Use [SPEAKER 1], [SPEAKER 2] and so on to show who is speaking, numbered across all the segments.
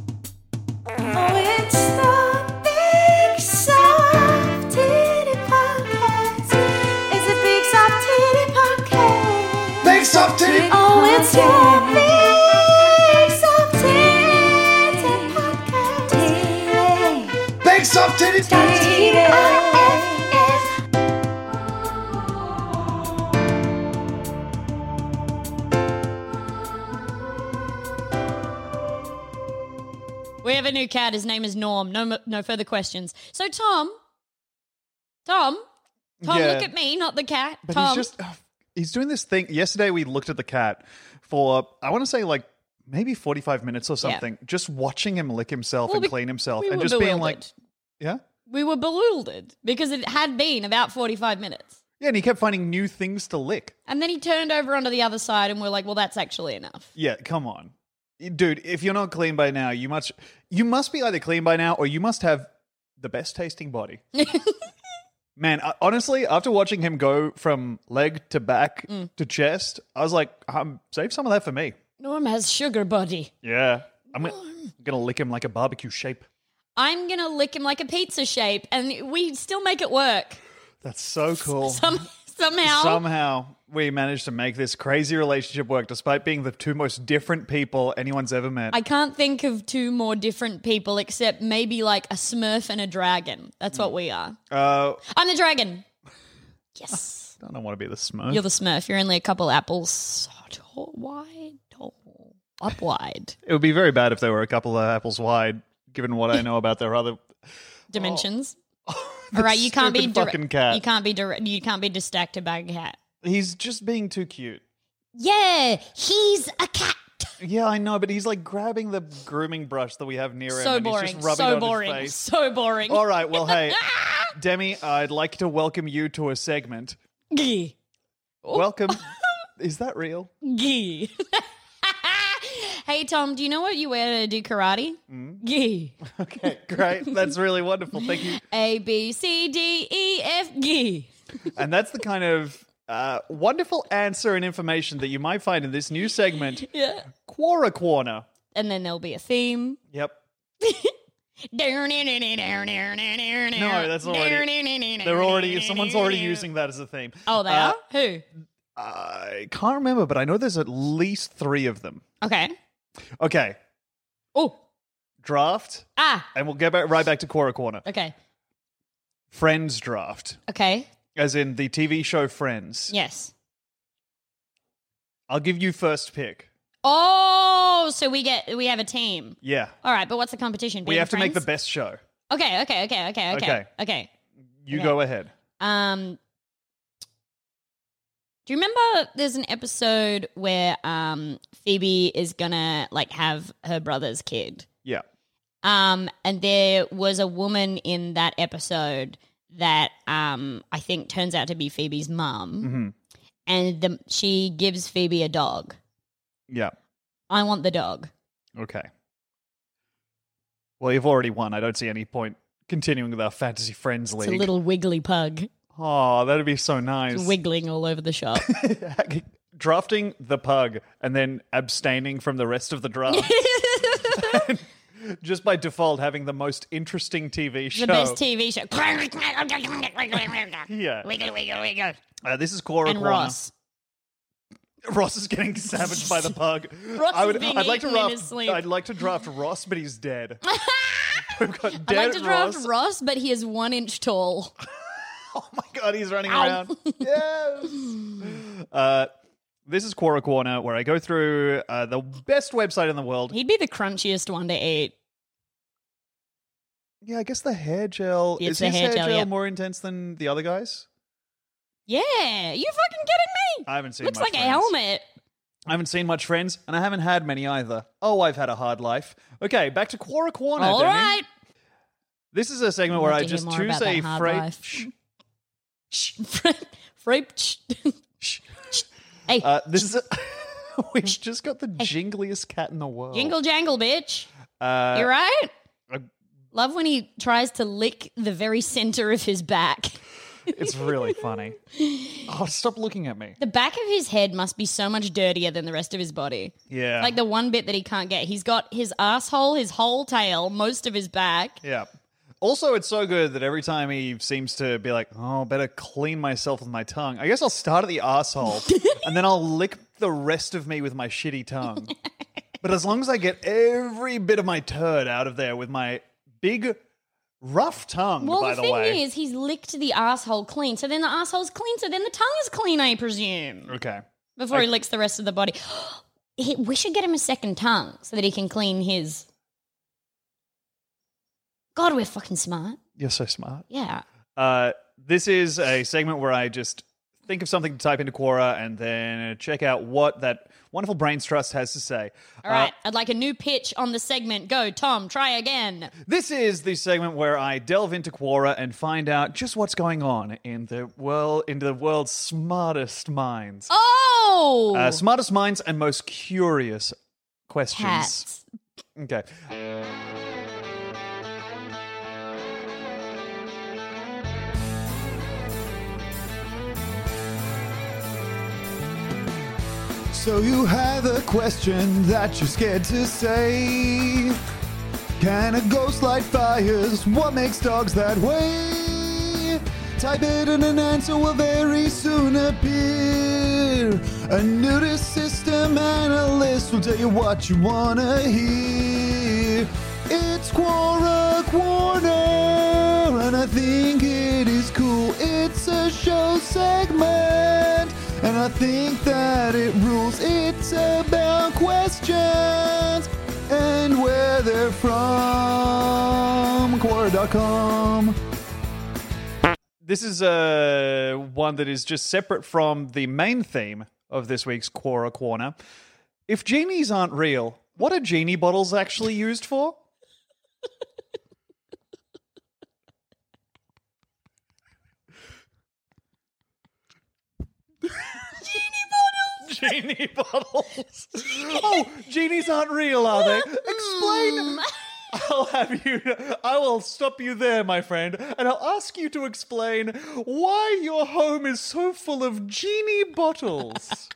[SPEAKER 1] Oh, it's the Big Soft Titty Podcast. It's the Big Soft Titty Podcast.
[SPEAKER 2] Big soft titty.
[SPEAKER 1] Oh, it's your Big Soft Titty Podcast.
[SPEAKER 2] Big soft titty.
[SPEAKER 1] T-I-F-F.
[SPEAKER 3] We have a new cat. His name is Norm. No, m- no further questions. So Tom, Tom, Tom,
[SPEAKER 4] Yeah.
[SPEAKER 3] look at me, not the cat.
[SPEAKER 4] But
[SPEAKER 3] Tom,
[SPEAKER 4] he's just uh, he's doing this thing. Yesterday we looked at the cat for I want to say like maybe 45 minutes or something just watching him lick himself
[SPEAKER 3] Well,
[SPEAKER 4] and
[SPEAKER 3] be-
[SPEAKER 4] clean himself
[SPEAKER 3] we
[SPEAKER 4] and
[SPEAKER 3] were
[SPEAKER 4] just being like
[SPEAKER 3] bewildered.
[SPEAKER 4] yeah
[SPEAKER 3] we were bewildered because it had been about forty-five minutes,
[SPEAKER 4] yeah and he kept finding new things to lick
[SPEAKER 3] and then he turned over onto the other side, and we're like, "Well, that's actually enough."
[SPEAKER 4] yeah come on dude if you're not clean by now you must you must be either clean by now or you must have the best tasting body man I, honestly after watching him go from leg to back
[SPEAKER 3] Mm.
[SPEAKER 4] to chest I was like um, save some of that for me
[SPEAKER 3] Norm has sugar body.
[SPEAKER 4] yeah I'm gonna, gonna lick him like a barbecue shape
[SPEAKER 3] I'm gonna lick him like a pizza shape, and we still make it work
[SPEAKER 4] That's so cool.
[SPEAKER 3] Some- somehow.
[SPEAKER 4] Somehow we managed to make this crazy relationship work despite being the two most different people anyone's ever met.
[SPEAKER 3] I can't think of two more different people except maybe like a smurf and a dragon. That's what we are.
[SPEAKER 4] uh,
[SPEAKER 3] I'm the dragon. Yes.
[SPEAKER 4] I don't want to be the smurf.
[SPEAKER 3] You're the smurf. You're only a couple apples tall, wide, tall, up wide
[SPEAKER 4] it would be very bad if they were a couple of apples wide, given what I know about their other.
[SPEAKER 3] dimensions.
[SPEAKER 4] the
[SPEAKER 3] All right, you can't be
[SPEAKER 4] stupid
[SPEAKER 3] dire-
[SPEAKER 4] fucking cat.
[SPEAKER 3] You can't be dire- you can't be distracted by a cat.
[SPEAKER 4] He's just being too cute.
[SPEAKER 3] Yeah, he's a cat.
[SPEAKER 4] Yeah, I know, but he's like grabbing the grooming brush that we have near him.
[SPEAKER 3] So
[SPEAKER 4] and He's
[SPEAKER 3] boring.
[SPEAKER 4] just rubbing it
[SPEAKER 3] So
[SPEAKER 4] on
[SPEAKER 3] boring.
[SPEAKER 4] His face.
[SPEAKER 3] So boring.
[SPEAKER 4] All right. Well, hey, Demi, I'd like to welcome you to a segment.
[SPEAKER 3] Gee. Oh.
[SPEAKER 4] Welcome. Is that real?
[SPEAKER 3] Gee. hey Tom, do you know what you wear to do karate?
[SPEAKER 4] Hmm?
[SPEAKER 3] Gee.
[SPEAKER 4] Okay, great. That's really wonderful. Thank you.
[SPEAKER 3] A B C D E F G.
[SPEAKER 4] And that's the kind of uh, wonderful answer and information that you might find in this new segment,
[SPEAKER 3] Yeah.
[SPEAKER 4] Quora Corner.
[SPEAKER 3] And then there'll be a theme.
[SPEAKER 4] Yep.
[SPEAKER 3] No,
[SPEAKER 4] No,
[SPEAKER 3] that's
[SPEAKER 4] that's already- They're already someone's already using that as a theme.
[SPEAKER 3] Oh, they
[SPEAKER 4] Uh,
[SPEAKER 3] are. Who?
[SPEAKER 4] I can't remember, but I know there's at least three of them.
[SPEAKER 3] Okay.
[SPEAKER 4] Okay,
[SPEAKER 3] Oh.
[SPEAKER 4] draft,
[SPEAKER 3] Ah.
[SPEAKER 4] and we'll get back, right back to Quora Corner.
[SPEAKER 3] Okay.
[SPEAKER 4] Friends draft,
[SPEAKER 3] Okay.
[SPEAKER 4] as in the TV show Friends.
[SPEAKER 3] Yes.
[SPEAKER 4] I'll give you first pick.
[SPEAKER 3] Oh, so we get we have a team.
[SPEAKER 4] Yeah,
[SPEAKER 3] All right, but what's the competition?
[SPEAKER 4] we
[SPEAKER 3] Being
[SPEAKER 4] have to make the
[SPEAKER 3] friends?
[SPEAKER 4] best show.
[SPEAKER 3] Okay. Okay. Okay. Okay. Okay.
[SPEAKER 4] Okay.
[SPEAKER 3] Okay.
[SPEAKER 4] You
[SPEAKER 3] Okay.
[SPEAKER 4] go ahead.
[SPEAKER 3] Um, do you remember there's an episode where um, Phoebe is gonna like have her brother's kid,
[SPEAKER 4] Yeah.
[SPEAKER 3] Um, and there was a woman in that episode that um, I think turns out to be Phoebe's mum,
[SPEAKER 4] Mhm.
[SPEAKER 3] and the, she gives Phoebe a dog.
[SPEAKER 4] Yeah.
[SPEAKER 3] I want the dog.
[SPEAKER 4] Okay. Well, you've already won. I don't see any point continuing with our fantasy friends
[SPEAKER 3] It's
[SPEAKER 4] league.
[SPEAKER 3] a little wiggly pug
[SPEAKER 4] oh, that'd be so nice.
[SPEAKER 3] It's wiggling all over the shop.
[SPEAKER 4] Drafting the pug and then abstaining from the rest of the draft. Just by default, having the most interesting TV show.
[SPEAKER 3] the best TV show.
[SPEAKER 4] Yeah.
[SPEAKER 3] wiggle, wiggle, wiggle.
[SPEAKER 4] Uh, this is Cora
[SPEAKER 3] And
[SPEAKER 4] Corner.
[SPEAKER 3] Ross.
[SPEAKER 4] Ross is getting savaged by the pug.
[SPEAKER 3] Ross
[SPEAKER 4] I would,
[SPEAKER 3] is being
[SPEAKER 4] I'd like to
[SPEAKER 3] eaten in
[SPEAKER 4] draft.
[SPEAKER 3] his sleep.
[SPEAKER 4] I'd like to draft Ross, but he's dead. We've got
[SPEAKER 3] I'd
[SPEAKER 4] dead
[SPEAKER 3] like to draft
[SPEAKER 4] Ross.
[SPEAKER 3] Ross. but he is one inch tall.
[SPEAKER 4] Oh my god, he's running
[SPEAKER 3] Ow.
[SPEAKER 4] around. yes. Uh, this is Quora Corner, where I go through uh, the best website in the world.
[SPEAKER 3] He'd be the crunchiest one to eat.
[SPEAKER 4] yeah, I guess the hair gel
[SPEAKER 3] It's
[SPEAKER 4] is
[SPEAKER 3] the
[SPEAKER 4] his
[SPEAKER 3] hair
[SPEAKER 4] hair,
[SPEAKER 3] gel,
[SPEAKER 4] gel
[SPEAKER 3] yeah.
[SPEAKER 4] more intense than the other guys.
[SPEAKER 3] Yeah, you fucking kidding me?
[SPEAKER 4] I haven't seen.
[SPEAKER 3] Looks
[SPEAKER 4] much
[SPEAKER 3] like a
[SPEAKER 4] Friends.
[SPEAKER 3] helmet.
[SPEAKER 4] I haven't seen much friends, and I haven't had many either. Oh, I've had a hard life. Okay, back to Quora Corner.
[SPEAKER 3] All
[SPEAKER 4] Demi.
[SPEAKER 3] right.
[SPEAKER 4] This is a segment
[SPEAKER 3] I'd
[SPEAKER 4] where
[SPEAKER 3] love
[SPEAKER 4] I
[SPEAKER 3] to hear
[SPEAKER 4] just
[SPEAKER 3] more
[SPEAKER 4] choose
[SPEAKER 3] about that
[SPEAKER 4] a
[SPEAKER 3] hard
[SPEAKER 4] phrase.
[SPEAKER 3] life. Frape. hey,
[SPEAKER 4] Uh, this is. A- We've just got the jingliest cat in the world.
[SPEAKER 3] jingle jangle, bitch.
[SPEAKER 4] Uh,
[SPEAKER 3] you right.
[SPEAKER 4] I-
[SPEAKER 3] Love when he tries to lick the very center of his back.
[SPEAKER 4] It's really funny. Oh, stop looking at me.
[SPEAKER 3] The back of his head must be so much dirtier than the rest of his body.
[SPEAKER 4] Yeah.
[SPEAKER 3] Like the one bit that he can't get. He's got his asshole, his whole tail, most of his back.
[SPEAKER 4] yeah. Also, it's so good that every time he seems to be like, "Oh, better clean myself with my tongue," I guess I'll start at the asshole and then I'll lick the rest of me with my shitty tongue. but as long as I get every bit of my turd out of there with my big, rough tongue,
[SPEAKER 3] Well,
[SPEAKER 4] by
[SPEAKER 3] the,
[SPEAKER 4] the,
[SPEAKER 3] thing
[SPEAKER 4] way.
[SPEAKER 3] is, he's licked the asshole clean. So then the asshole's clean. So then the tongue is clean, I presume,
[SPEAKER 4] okay.
[SPEAKER 3] before he licks the rest of the body. He- we should get him a second tongue so that he can clean his. God, we're fucking smart.
[SPEAKER 4] You're so smart.
[SPEAKER 3] Yeah.
[SPEAKER 4] Uh, this is a segment where I just think of something to type into Quora and then check out what that wonderful brains trust has to say. Uh,
[SPEAKER 3] All right. I'd like a new pitch on the segment. Go, Tom. Try again.
[SPEAKER 4] This is the segment where I delve into Quora and find out just what's going on in the world, into the world's smartest minds,
[SPEAKER 3] Oh,
[SPEAKER 4] uh, smartest minds and most curious questions.
[SPEAKER 3] cats.
[SPEAKER 4] Okay. So you have a question that you're scared to say. Can a ghost light fires? What makes dogs that way? Type it and an answer will very soon appear. A nudist system analyst will tell you what you wanna hear. It's Quora Corner, and I think it is cool. It's a show segment, and I think that it rules. It's about questions and where they're from. Quora.com. This is uh, one that is just separate from the main theme of this week's Quora Corner. If genies aren't real, what are genie bottles actually used for? Genie bottles. Oh, genies aren't real, are they? Explain. I'll have you. I will stop you there, my friend, and I'll ask you to explain why your home is so full of genie bottles.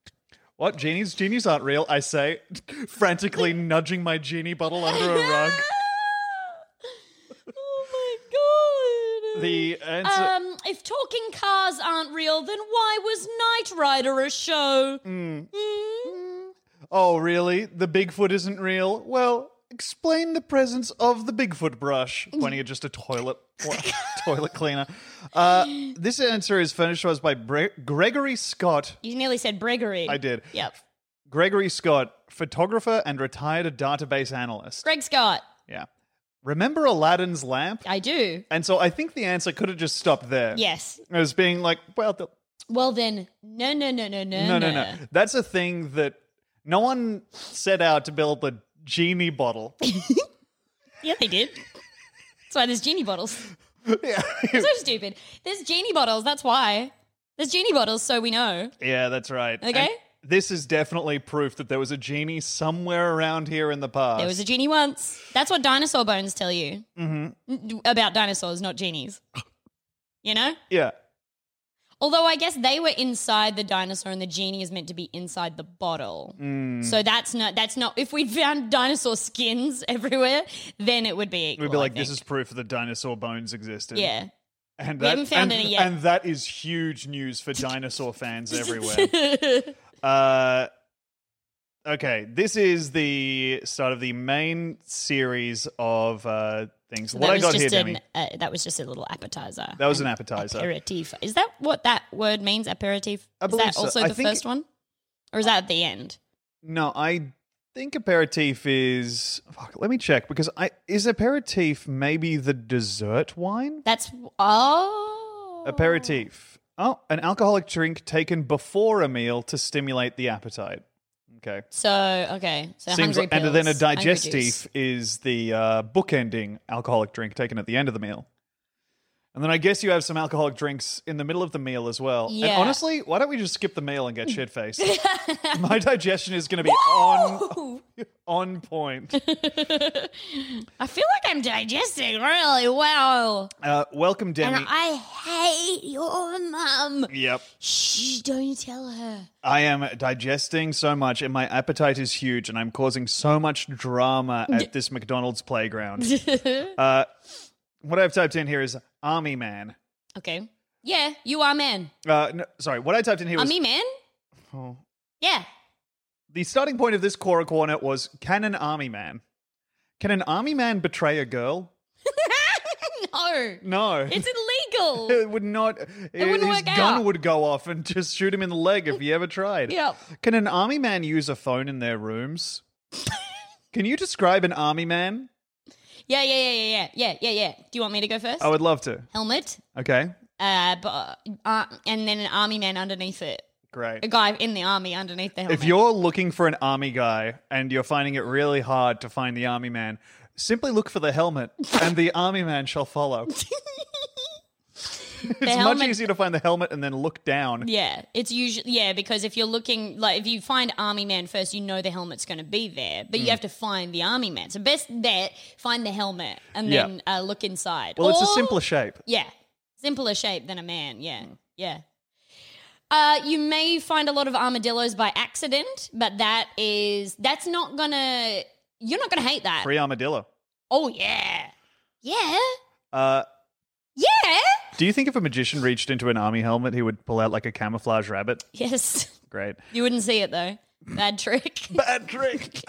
[SPEAKER 4] what genies? Genies aren't real, I say, frantically nudging my genie bottle under a rug.
[SPEAKER 3] oh my god.
[SPEAKER 4] The answer.
[SPEAKER 3] um, if talking cars aren't real, then why was Knight Rider a show? Mm.
[SPEAKER 4] Oh, really? The Bigfoot isn't real? Well, explain the presence of the Bigfoot brush, pointing at just a toilet toilet cleaner. Uh, this answer is furnished to us by Bre- Gregory Scott.
[SPEAKER 3] You nearly said Gregory.
[SPEAKER 4] I did.
[SPEAKER 3] Yep.
[SPEAKER 4] Gregory Scott, photographer and retired database analyst.
[SPEAKER 3] Greg Scott.
[SPEAKER 4] Yeah. Remember Aladdin's lamp?
[SPEAKER 3] I do.
[SPEAKER 4] And so I think the answer could have just stopped there.
[SPEAKER 3] Yes.
[SPEAKER 4] As being like, well, the,
[SPEAKER 3] Well then, no, no, no, no, no,
[SPEAKER 4] no, no, no. That's a thing that no one set out to build the genie bottle.
[SPEAKER 3] Yeah, they did. That's why there's genie bottles.
[SPEAKER 4] yeah.
[SPEAKER 3] So stupid. There's genie bottles. That's why. There's genie bottles, so we know.
[SPEAKER 4] yeah, that's right.
[SPEAKER 3] Okay.
[SPEAKER 4] And this is definitely proof that there was a genie somewhere around here in the past.
[SPEAKER 3] There was a genie once. That's what dinosaur bones tell you mm-hmm. about dinosaurs, not genies. You know?
[SPEAKER 4] yeah.
[SPEAKER 3] Although I guess they were inside the dinosaur and the genie is meant to be inside the bottle.
[SPEAKER 4] Mm.
[SPEAKER 3] So that's not that's not if we found dinosaur skins everywhere, then it would be equal,
[SPEAKER 4] We'd be
[SPEAKER 3] I
[SPEAKER 4] like, this
[SPEAKER 3] think.
[SPEAKER 4] is proof that dinosaur bones existed.
[SPEAKER 3] Yeah.
[SPEAKER 4] And
[SPEAKER 3] We
[SPEAKER 4] that,
[SPEAKER 3] haven't found
[SPEAKER 4] and-
[SPEAKER 3] any yet.
[SPEAKER 4] And that is huge news for dinosaur fans everywhere. uh, okay, this is the start of the main series of uh, things.
[SPEAKER 3] So
[SPEAKER 4] what
[SPEAKER 3] that
[SPEAKER 4] I
[SPEAKER 3] was
[SPEAKER 4] got
[SPEAKER 3] just
[SPEAKER 4] here,
[SPEAKER 3] an,
[SPEAKER 4] Demi,
[SPEAKER 3] uh, that was just a little appetizer.
[SPEAKER 4] that was an appetizer.
[SPEAKER 3] aperitif. Is that what that word means? Aperitif.
[SPEAKER 4] I
[SPEAKER 3] is
[SPEAKER 4] believe
[SPEAKER 3] that
[SPEAKER 4] so.
[SPEAKER 3] also
[SPEAKER 4] I
[SPEAKER 3] the
[SPEAKER 4] think-
[SPEAKER 3] first one, or is that at the end?
[SPEAKER 4] No, I think aperitif is. Fuck, let me check because I is aperitif maybe the dessert wine?
[SPEAKER 3] That's oh
[SPEAKER 4] Aperitif. Oh, an alcoholic drink taken before a meal to stimulate the appetite. Okay.
[SPEAKER 3] So okay, so
[SPEAKER 4] Seems
[SPEAKER 3] hungry
[SPEAKER 4] like- and then a
[SPEAKER 3] pills, hungry
[SPEAKER 4] digestif
[SPEAKER 3] juice.
[SPEAKER 4] is the uh, bookending alcoholic drink taken at the end of the meal. And then I guess you have some alcoholic drinks in the middle of the meal as well.
[SPEAKER 3] Yeah.
[SPEAKER 4] And honestly, why don't we just skip the meal and get shit faced? My digestion is going to be on on point.
[SPEAKER 3] I feel like I'm digesting really well,
[SPEAKER 4] Uh, welcome, Demi.
[SPEAKER 3] and I hate your mum.
[SPEAKER 4] yep,
[SPEAKER 3] Shh, don't tell her.
[SPEAKER 4] I am digesting so much, and my appetite is huge, and I'm causing so much drama at this McDonald's playground. uh, what I've typed in here is army man.
[SPEAKER 3] Okay. Yeah, you are man.
[SPEAKER 4] Uh, no, sorry, what I typed in here
[SPEAKER 3] Are
[SPEAKER 4] was
[SPEAKER 3] me man?
[SPEAKER 4] Oh.
[SPEAKER 3] Yeah.
[SPEAKER 4] the starting point of this Cora corner was can an army man? Can an army man betray a girl?
[SPEAKER 3] no,
[SPEAKER 4] No.
[SPEAKER 3] it's illegal.
[SPEAKER 4] it would not. his
[SPEAKER 3] wouldn't work
[SPEAKER 4] gun
[SPEAKER 3] out.
[SPEAKER 4] would go off and just shoot him in the leg if he ever tried.
[SPEAKER 3] Yep.
[SPEAKER 4] Can an army man use a phone in their rooms? Can you describe an army man?
[SPEAKER 3] Yeah, yeah, yeah, yeah, yeah, yeah, yeah, yeah. Do you want me to go first?
[SPEAKER 4] I would love to.
[SPEAKER 3] Helmet,
[SPEAKER 4] Okay.
[SPEAKER 3] uh, bu- uh, and then an army man underneath it.
[SPEAKER 4] Great.
[SPEAKER 3] A guy in the army underneath the helmet.
[SPEAKER 4] If you're looking for an army guy and you're finding it really hard to find the army man, simply look for the helmet and the army man shall follow. it's much
[SPEAKER 3] helmet-
[SPEAKER 4] easier to find the helmet and then look down.
[SPEAKER 3] yeah, it's usually yeah because if you're looking like if you find army man first, you know the helmet's going to be there, but
[SPEAKER 4] Mm.
[SPEAKER 3] you have to find the army man. So best bet find the helmet and
[SPEAKER 4] Yeah.
[SPEAKER 3] then uh, look inside.
[SPEAKER 4] Well, it's a
[SPEAKER 3] Or-
[SPEAKER 4] simpler shape.
[SPEAKER 3] Yeah. Simpler shape than a man. Yeah.
[SPEAKER 4] Hmm.
[SPEAKER 3] Yeah. Uh, you may find a lot of armadillos by accident, but that is, that's not gonna, you're not gonna hate that.
[SPEAKER 4] Free armadillo.
[SPEAKER 3] Oh, yeah. Yeah.
[SPEAKER 4] Uh,
[SPEAKER 3] Yeah.
[SPEAKER 4] do you think if a magician reached into an army helmet, he would pull out like a camouflage rabbit?
[SPEAKER 3] Yes.
[SPEAKER 4] Great.
[SPEAKER 3] You wouldn't see it though. Bad trick.
[SPEAKER 4] Bad trick.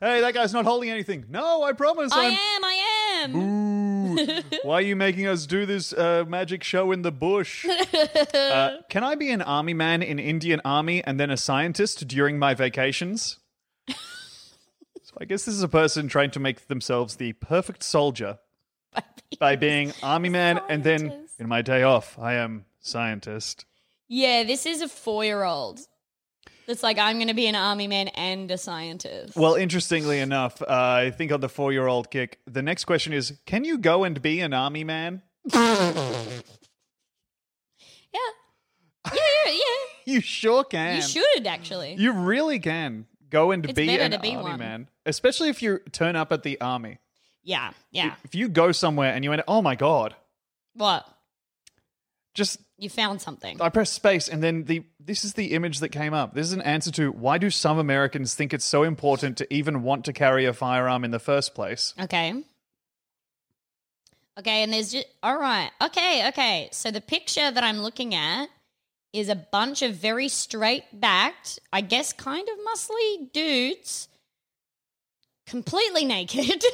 [SPEAKER 4] hey, that guy's not holding anything. No, I promise.
[SPEAKER 3] I
[SPEAKER 4] I'm.
[SPEAKER 3] am, I am.
[SPEAKER 4] Why are you making us do this uh, magic show in the bush? uh, can I be an army man in Indian army and then a scientist during my vacations? so I guess this is a person trying to make themselves the perfect soldier by being army man, and then in my day off, I am scientist.
[SPEAKER 3] Yeah, this is a four year old. That's like, I'm gonna be an army man and a scientist.
[SPEAKER 4] Well, interestingly enough, uh, I think on the four-year-old kick, the next question is: Can you go and be an army man?
[SPEAKER 3] Yeah. Yeah, yeah, yeah.
[SPEAKER 4] You sure can.
[SPEAKER 3] You should actually.
[SPEAKER 4] You really can go and
[SPEAKER 3] It's
[SPEAKER 4] be
[SPEAKER 3] better
[SPEAKER 4] an
[SPEAKER 3] to be
[SPEAKER 4] army
[SPEAKER 3] one.
[SPEAKER 4] man, especially if you turn up at the army.
[SPEAKER 3] yeah, yeah.
[SPEAKER 4] If you go somewhere and you went, oh my god,
[SPEAKER 3] What?
[SPEAKER 4] just
[SPEAKER 3] You found something.
[SPEAKER 4] I press space and then the this is the image that came up. This is an answer to why do some Americans think it's so important to even want to carry a firearm in the first place?
[SPEAKER 3] Okay. Okay, and there's just all right. Okay, okay. So the picture that I'm looking at is a bunch of very straight backed, I guess kind of muscly dudes completely naked.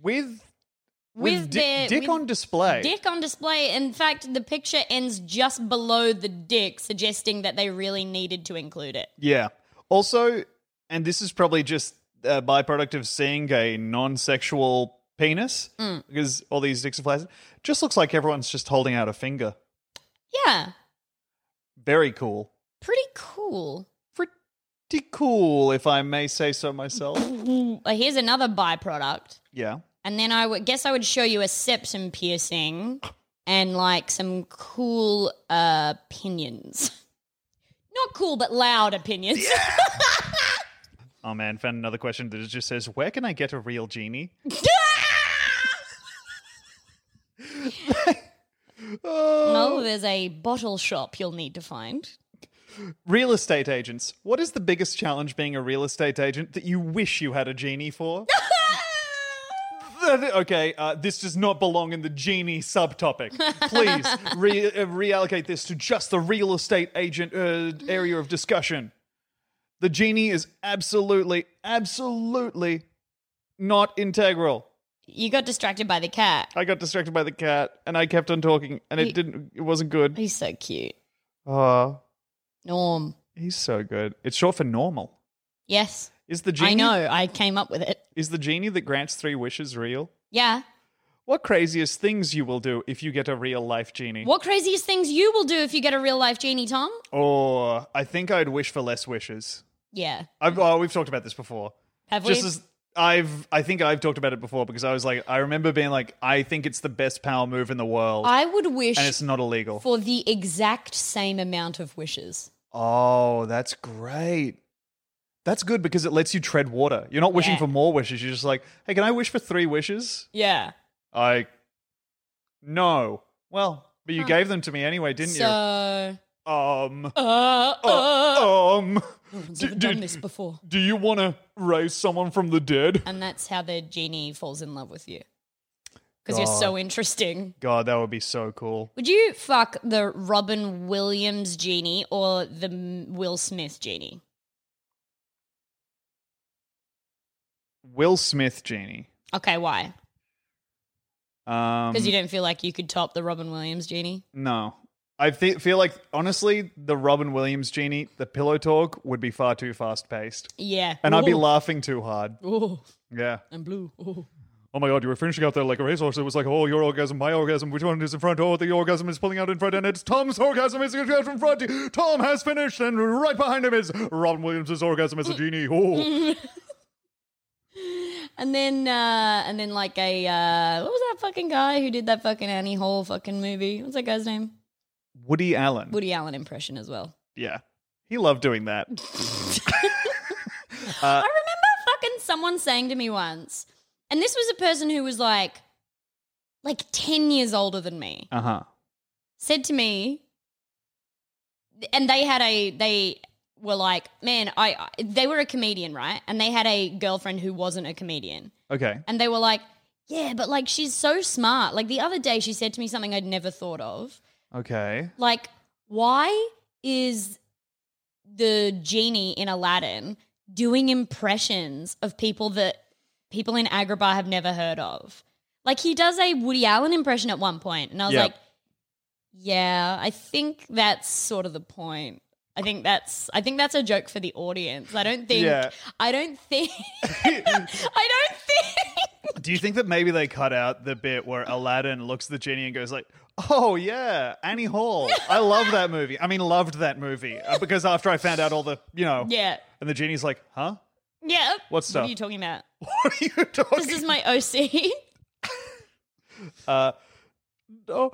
[SPEAKER 4] With with,
[SPEAKER 3] With
[SPEAKER 4] di-
[SPEAKER 3] their-
[SPEAKER 4] dick
[SPEAKER 3] with
[SPEAKER 4] on display.
[SPEAKER 3] dick on display. In fact, the picture ends just below the dick, suggesting that they really needed to include it.
[SPEAKER 4] Yeah. Also, and this is probably just a byproduct of seeing a non sexual penis because all these dicks are flaccid. Just looks like everyone's just holding out a finger.
[SPEAKER 3] Yeah.
[SPEAKER 4] Very cool.
[SPEAKER 3] Pretty cool.
[SPEAKER 4] Pretty cool, if I may say so myself.
[SPEAKER 3] Uh, Here's another byproduct.
[SPEAKER 4] yeah.
[SPEAKER 3] And then I would guess I would show you a septum piercing and like some cool uh, opinions. Not cool, but loud opinions.
[SPEAKER 4] Oh man, found another question that just says, "Where can I get a real genie?"
[SPEAKER 3] Oh, there's a bottle shop you'll need to find.
[SPEAKER 4] Real estate agents. What is the biggest challenge being a real estate agent that you wish you had a genie for? okay, uh, this does not belong in the genie subtopic. Please re- uh, reallocate this to just the real estate agent uh, area of discussion. The genie is absolutely, absolutely not integral.
[SPEAKER 3] You got distracted by the cat.
[SPEAKER 4] I got distracted by the cat, and I kept on talking, and it
[SPEAKER 3] He-
[SPEAKER 4] didn't. It wasn't good.
[SPEAKER 3] He's so cute.
[SPEAKER 4] Oh,
[SPEAKER 3] Norm.
[SPEAKER 4] he's so good. It's short for normal.
[SPEAKER 3] Yes.
[SPEAKER 4] Is the genie?
[SPEAKER 3] I know. I came up with it.
[SPEAKER 4] Is the genie that grants three wishes real?
[SPEAKER 3] Yeah.
[SPEAKER 4] What craziest things you will do if you get a real life genie?
[SPEAKER 3] What craziest things you will do if you get a real life genie, Tom?
[SPEAKER 4] Or I think I'd wish for less wishes.
[SPEAKER 3] Yeah.
[SPEAKER 4] I've, oh, we've talked about this before.
[SPEAKER 3] Have
[SPEAKER 4] Just
[SPEAKER 3] we?
[SPEAKER 4] as I've, I think I've talked about it before because I was like, I remember being like, I think it's the best power move in the world,
[SPEAKER 3] I would wish
[SPEAKER 4] and it's not illegal.
[SPEAKER 3] for the exact same amount of wishes.
[SPEAKER 4] Oh, that's great. That's good because it lets you tread water. You're not wishing
[SPEAKER 3] Yeah.
[SPEAKER 4] for more wishes. You're just like, hey, can I wish for three wishes?
[SPEAKER 3] Yeah.
[SPEAKER 4] I. No. Well, but you gave them to me anyway, didn't
[SPEAKER 3] so,
[SPEAKER 4] you? Um.
[SPEAKER 3] uh, uh,
[SPEAKER 4] um.
[SPEAKER 3] I've
[SPEAKER 4] d-
[SPEAKER 3] never
[SPEAKER 4] d-
[SPEAKER 3] done this before.
[SPEAKER 4] Do you want to raise someone from the dead?
[SPEAKER 3] And that's how the genie falls in love with you. Because you're so interesting.
[SPEAKER 4] God, that would be so cool.
[SPEAKER 3] Would you fuck the Robin Williams genie or the M- Will Smith genie?
[SPEAKER 4] Will Smith genie.
[SPEAKER 3] Okay, why?
[SPEAKER 4] Um.
[SPEAKER 3] Because you don't feel like you could top the Robin Williams genie?
[SPEAKER 4] No. I fe- feel like honestly, the Robin Williams genie, the pillow talk would be far too fast paced,
[SPEAKER 3] Yeah.
[SPEAKER 4] and I'd be
[SPEAKER 3] Ooh.
[SPEAKER 4] laughing too hard.
[SPEAKER 3] Ooh,
[SPEAKER 4] Yeah.
[SPEAKER 3] I'm blue. Ooh.
[SPEAKER 4] Oh my god, you were finishing out there like a racehorse. It was like, oh, your orgasm, my orgasm. Which one is in front? Oh, the orgasm is pulling out in front, and it's Tom's orgasm is out in front. Tom has finished, and right behind him is Robin Williams' orgasm as a genie. Oh,
[SPEAKER 3] And then, uh, and then like a, uh, what was that fucking guy who did that fucking Annie Hall fucking movie? What's that guy's name?
[SPEAKER 4] Woody Allen.
[SPEAKER 3] Woody Allen impression as well.
[SPEAKER 4] Yeah, he loved doing that.
[SPEAKER 3] I remember fucking someone saying to me once, and this was a person who was like, like 10 years older than me,
[SPEAKER 4] Uh huh.
[SPEAKER 3] said to me, and they had a, they were like, man, I, I, they were a comedian, right? And they had a girlfriend who wasn't a comedian.
[SPEAKER 4] Okay.
[SPEAKER 3] And they were like, yeah, but like she's so smart. Like the other day, she said to me something I'd never thought of.
[SPEAKER 4] Okay.
[SPEAKER 3] Like, why is the genie in Aladdin doing impressions of people that people in Agrabah have never heard of? Like, he does a Woody Allen impression at one point, and I was
[SPEAKER 4] Yeah.
[SPEAKER 3] like, yeah, I think that's sort of the point. I think that's I think that's a joke for the audience. I don't think
[SPEAKER 4] Yeah.
[SPEAKER 3] I don't think I don't think
[SPEAKER 4] Do you think that maybe they cut out the bit where Aladdin looks at the genie and goes like, "Oh yeah, Annie Hall. I love that movie. I mean, loved that movie Uh, because after I found out all the, you know,
[SPEAKER 3] Yeah.
[SPEAKER 4] And the genie's like, "Huh?
[SPEAKER 3] Yeah.
[SPEAKER 4] What
[SPEAKER 3] What
[SPEAKER 4] stuff?
[SPEAKER 3] are you talking about?
[SPEAKER 4] What are you talking?"
[SPEAKER 3] This is my OC.
[SPEAKER 4] uh, oh,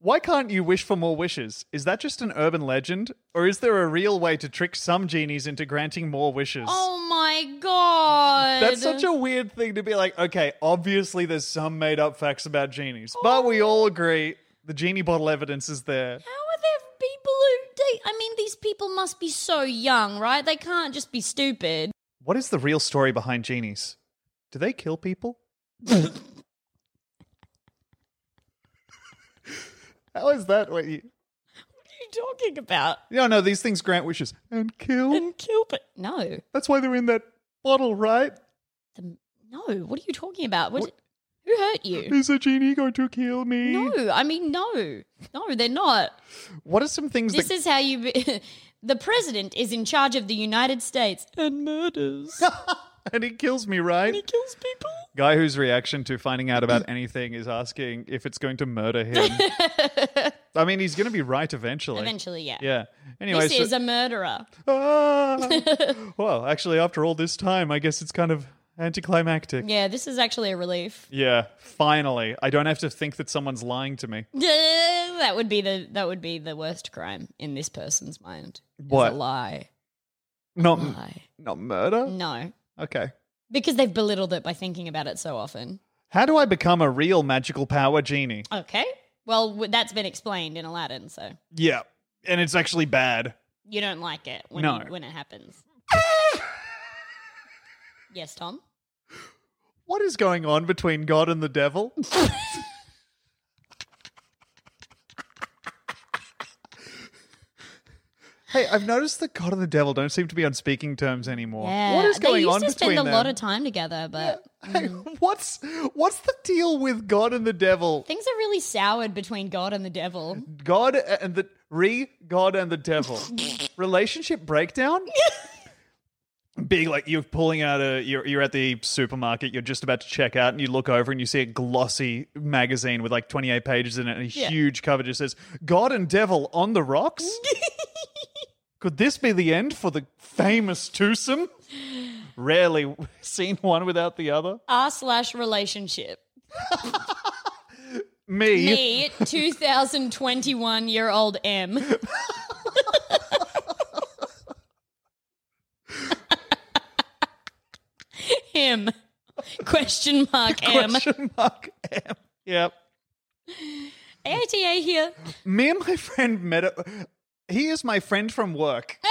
[SPEAKER 4] why can't you wish for more wishes? Is that just an urban legend, or is there a real way to trick some genies into granting more wishes?
[SPEAKER 3] Oh my god.
[SPEAKER 4] That's such a weird thing to be like, okay, obviously there's some made up facts about genies, but
[SPEAKER 3] Oh.
[SPEAKER 4] we all agree the genie bottle evidence is there.
[SPEAKER 3] How are there people who date? I mean, these people must be so young, right? They can't just be stupid.
[SPEAKER 4] What is the real story behind genies? Do they kill people? How is that? What you,
[SPEAKER 3] What are you talking about?
[SPEAKER 4] no, no, these things grant wishes and kill.
[SPEAKER 3] And kill, but no,
[SPEAKER 4] That's why they're in that bottle, right?
[SPEAKER 3] The- no. What are you talking about? What, Who hurt you?
[SPEAKER 4] Is a genie going to kill me?
[SPEAKER 3] No, I mean no, no, they're not.
[SPEAKER 4] What are some things
[SPEAKER 3] This
[SPEAKER 4] that
[SPEAKER 3] is how you. Be- the president is in charge of the United States and murders.
[SPEAKER 4] and he kills me, right?
[SPEAKER 3] he kills people.
[SPEAKER 4] Guy whose reaction to finding out about anything is asking if it's going to murder him. I mean, he's going to be right eventually.
[SPEAKER 3] Eventually, yeah.
[SPEAKER 4] Yeah. Anyway,
[SPEAKER 3] This
[SPEAKER 4] so-
[SPEAKER 3] is a murderer.
[SPEAKER 4] Ah! well, actually, after all this time, I guess it's kind of Anticlimactic.
[SPEAKER 3] Yeah, this is actually a relief.
[SPEAKER 4] Yeah, finally. I don't have to think that someone's lying to me.
[SPEAKER 3] that would be the that would be the worst crime in this person's mind. is
[SPEAKER 4] What?
[SPEAKER 3] a lie?
[SPEAKER 4] Not
[SPEAKER 3] Lie.
[SPEAKER 4] not murder?
[SPEAKER 3] No,
[SPEAKER 4] Okay.
[SPEAKER 3] because they've belittled it by thinking about it so often.
[SPEAKER 4] How do I become a real magical power genie?
[SPEAKER 3] Okay. Well, w- that's been explained in Aladdin, so
[SPEAKER 4] Yeah. And it's actually bad.
[SPEAKER 3] you don't like it when
[SPEAKER 4] No.
[SPEAKER 3] you- when it happens. yes, Tom.
[SPEAKER 4] What is going on between God and the devil? hey, I've noticed that God and the devil don't seem to be on speaking terms anymore.
[SPEAKER 3] Yeah.
[SPEAKER 4] What is
[SPEAKER 3] they
[SPEAKER 4] going
[SPEAKER 3] used
[SPEAKER 4] on
[SPEAKER 3] to
[SPEAKER 4] between
[SPEAKER 3] spend a
[SPEAKER 4] them?
[SPEAKER 3] lot of time together, but
[SPEAKER 4] Hey, what's what's the deal with God and the devil?
[SPEAKER 3] things are really soured between God and the devil.
[SPEAKER 4] God and the re God and the devil relationship breakdown. Being like you're pulling out a you're you're at the supermarket, you're just about to check out, and you look over and you see a glossy magazine with like 28 pages in it, and a
[SPEAKER 3] Yeah.
[SPEAKER 4] huge cover just says "God and Devil on the Rocks." Could this be the end for the famous twosome? Rarely seen one without the other.
[SPEAKER 3] R slash relationship.
[SPEAKER 4] Me,
[SPEAKER 3] Me, 2021 year old M. Him. Question mark M.
[SPEAKER 4] question mark M. Yep.
[SPEAKER 3] AITA here.
[SPEAKER 4] Me and my friend met up. He is my friend from work.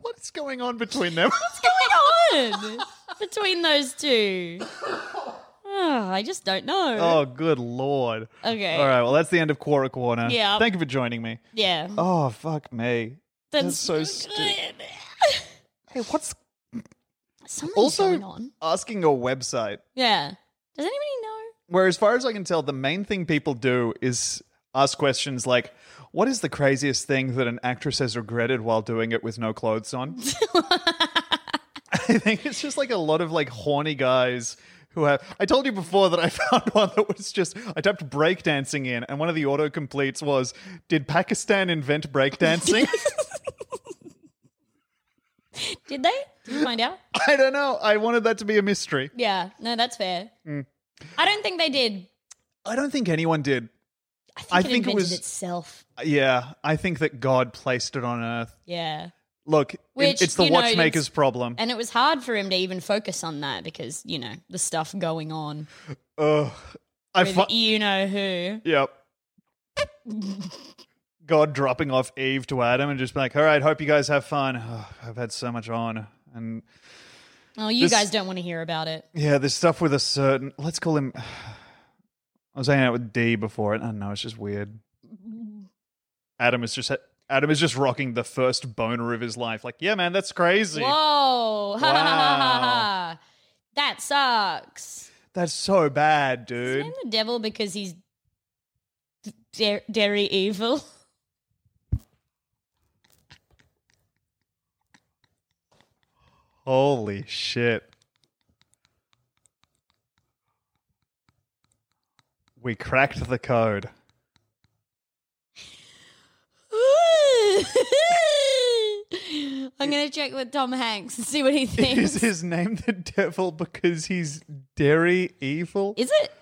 [SPEAKER 4] What's going on between them?
[SPEAKER 3] What's going on between those two? Oh, I just don't know.
[SPEAKER 4] oh, good lord.
[SPEAKER 3] Okay.
[SPEAKER 4] All right, well, that's the end of Quora Corner.
[SPEAKER 3] Yeah.
[SPEAKER 4] Thank you for joining me.
[SPEAKER 3] Yeah.
[SPEAKER 4] Oh, fuck me. That's so stupid. Hey, what's
[SPEAKER 3] Something's
[SPEAKER 4] also
[SPEAKER 3] going on.
[SPEAKER 4] asking a website?
[SPEAKER 3] Yeah. Does anybody know?
[SPEAKER 4] Where, as far as I can tell, the main thing people do is ask questions like, "What is the craziest thing that an actress has regretted while doing it with no clothes on?" I think it's just like a lot of like horny guys who have. I told you before that I found one that was just I typed breakdancing in, and one of the autocompletes was, "Did Pakistan invent breakdancing?"
[SPEAKER 3] Did they? Did you find out?
[SPEAKER 4] I don't know. I wanted that to be a mystery.
[SPEAKER 3] Yeah. No, that's fair.
[SPEAKER 4] Mm.
[SPEAKER 3] I don't think they did.
[SPEAKER 4] I don't think anyone did.
[SPEAKER 3] I think
[SPEAKER 4] I
[SPEAKER 3] it
[SPEAKER 4] think it
[SPEAKER 3] invented
[SPEAKER 4] was-
[SPEAKER 3] itself.
[SPEAKER 4] Yeah, I think that God placed it on Earth.
[SPEAKER 3] Yeah.
[SPEAKER 4] Look, it-
[SPEAKER 3] Which,
[SPEAKER 4] it's the
[SPEAKER 3] you know,
[SPEAKER 4] watchmaker's
[SPEAKER 3] it's-
[SPEAKER 4] problem.
[SPEAKER 3] And it was hard for him to even focus on that because, you know, the stuff going on
[SPEAKER 4] Ugh. I
[SPEAKER 3] with
[SPEAKER 4] fu-
[SPEAKER 3] you know who.
[SPEAKER 4] Yep. God dropping off Eve to Adam and just be like, all right, hope you guys have fun. Ugh, I've had so much on. And
[SPEAKER 3] Oh, you
[SPEAKER 4] This-
[SPEAKER 3] guys don't want to hear about it.
[SPEAKER 4] yeah, there's stuff with a certain, let's call him, I was hanging out with D before it. I don't know, it's just weird. Adam is just, Adam is just rocking the first boner of his life. Like, yeah, man, that's crazy.
[SPEAKER 3] Whoa. Ha, ha, ha, ha,
[SPEAKER 4] Wow.
[SPEAKER 3] ha. That sucks.
[SPEAKER 4] That's so bad,
[SPEAKER 3] Is his
[SPEAKER 4] dude.
[SPEAKER 3] name the devil because he's d- der- dairy evil?
[SPEAKER 4] Holy shit. We cracked the code.
[SPEAKER 3] I'm going to check with Tom Hanks and see what he
[SPEAKER 4] Is
[SPEAKER 3] thinks.
[SPEAKER 4] his name the devil because he's dairy evil?
[SPEAKER 3] Is it?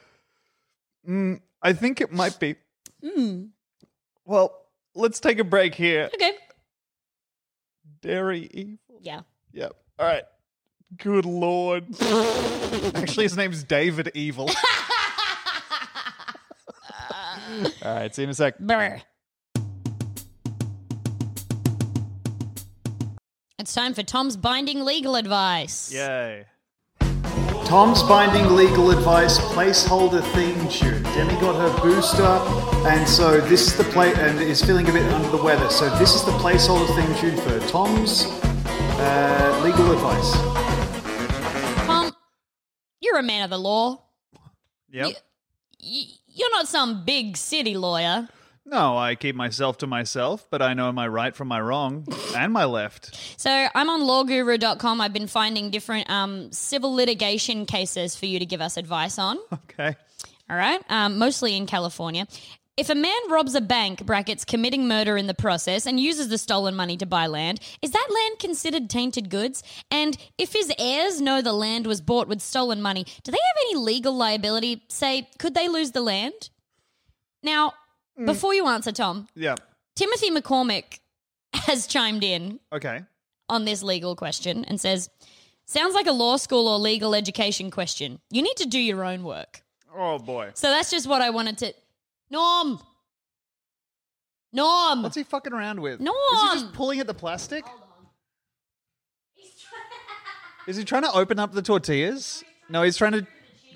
[SPEAKER 4] Mm, I think it might be. Well, let's take a break here.
[SPEAKER 3] Okay.
[SPEAKER 4] Dairy evil.
[SPEAKER 3] Yeah.
[SPEAKER 4] Yep. All right. Good lord. Actually, his name's David Evil. All right. See you in a sec.
[SPEAKER 3] Brr. It's time for Tom's binding legal advice.
[SPEAKER 4] Yay.
[SPEAKER 5] Tom's Binding Legal Advice placeholder theme tune. Demi got her booster, and so this is the play, and is feeling a bit under the weather. So this is the placeholder theme tune for Tom's uh, legal advice.
[SPEAKER 3] Tom, you're a man of the law.
[SPEAKER 4] Yep.
[SPEAKER 3] Y- You're not some big city lawyer.
[SPEAKER 4] No, I keep myself to myself, but I know my right from my wrong and my left.
[SPEAKER 3] So I'm on lawguru.com. I've been finding different um, civil litigation cases for you to give us advice on.
[SPEAKER 4] Okay.
[SPEAKER 3] All right. Um, mostly in California. If a man robs a bank, brackets, committing murder in the process, and uses the stolen money to buy land, is that land considered tainted goods? And if his heirs know the land was bought with stolen money, do they have any legal liability? Say, could they lose the land? Now, before you answer, Tom,
[SPEAKER 4] Yeah.
[SPEAKER 3] Timothy McCormick has chimed in
[SPEAKER 4] Okay.
[SPEAKER 3] on this legal question and says, Sounds like a law school or legal education question. You need to do your own work.
[SPEAKER 4] Oh boy.
[SPEAKER 3] So that's just what I wanted to. Norm! Norm!
[SPEAKER 4] What's he fucking around with?
[SPEAKER 3] Norm!
[SPEAKER 4] Is he just pulling at the plastic? Is he trying to open up the tortillas? No, he's trying to.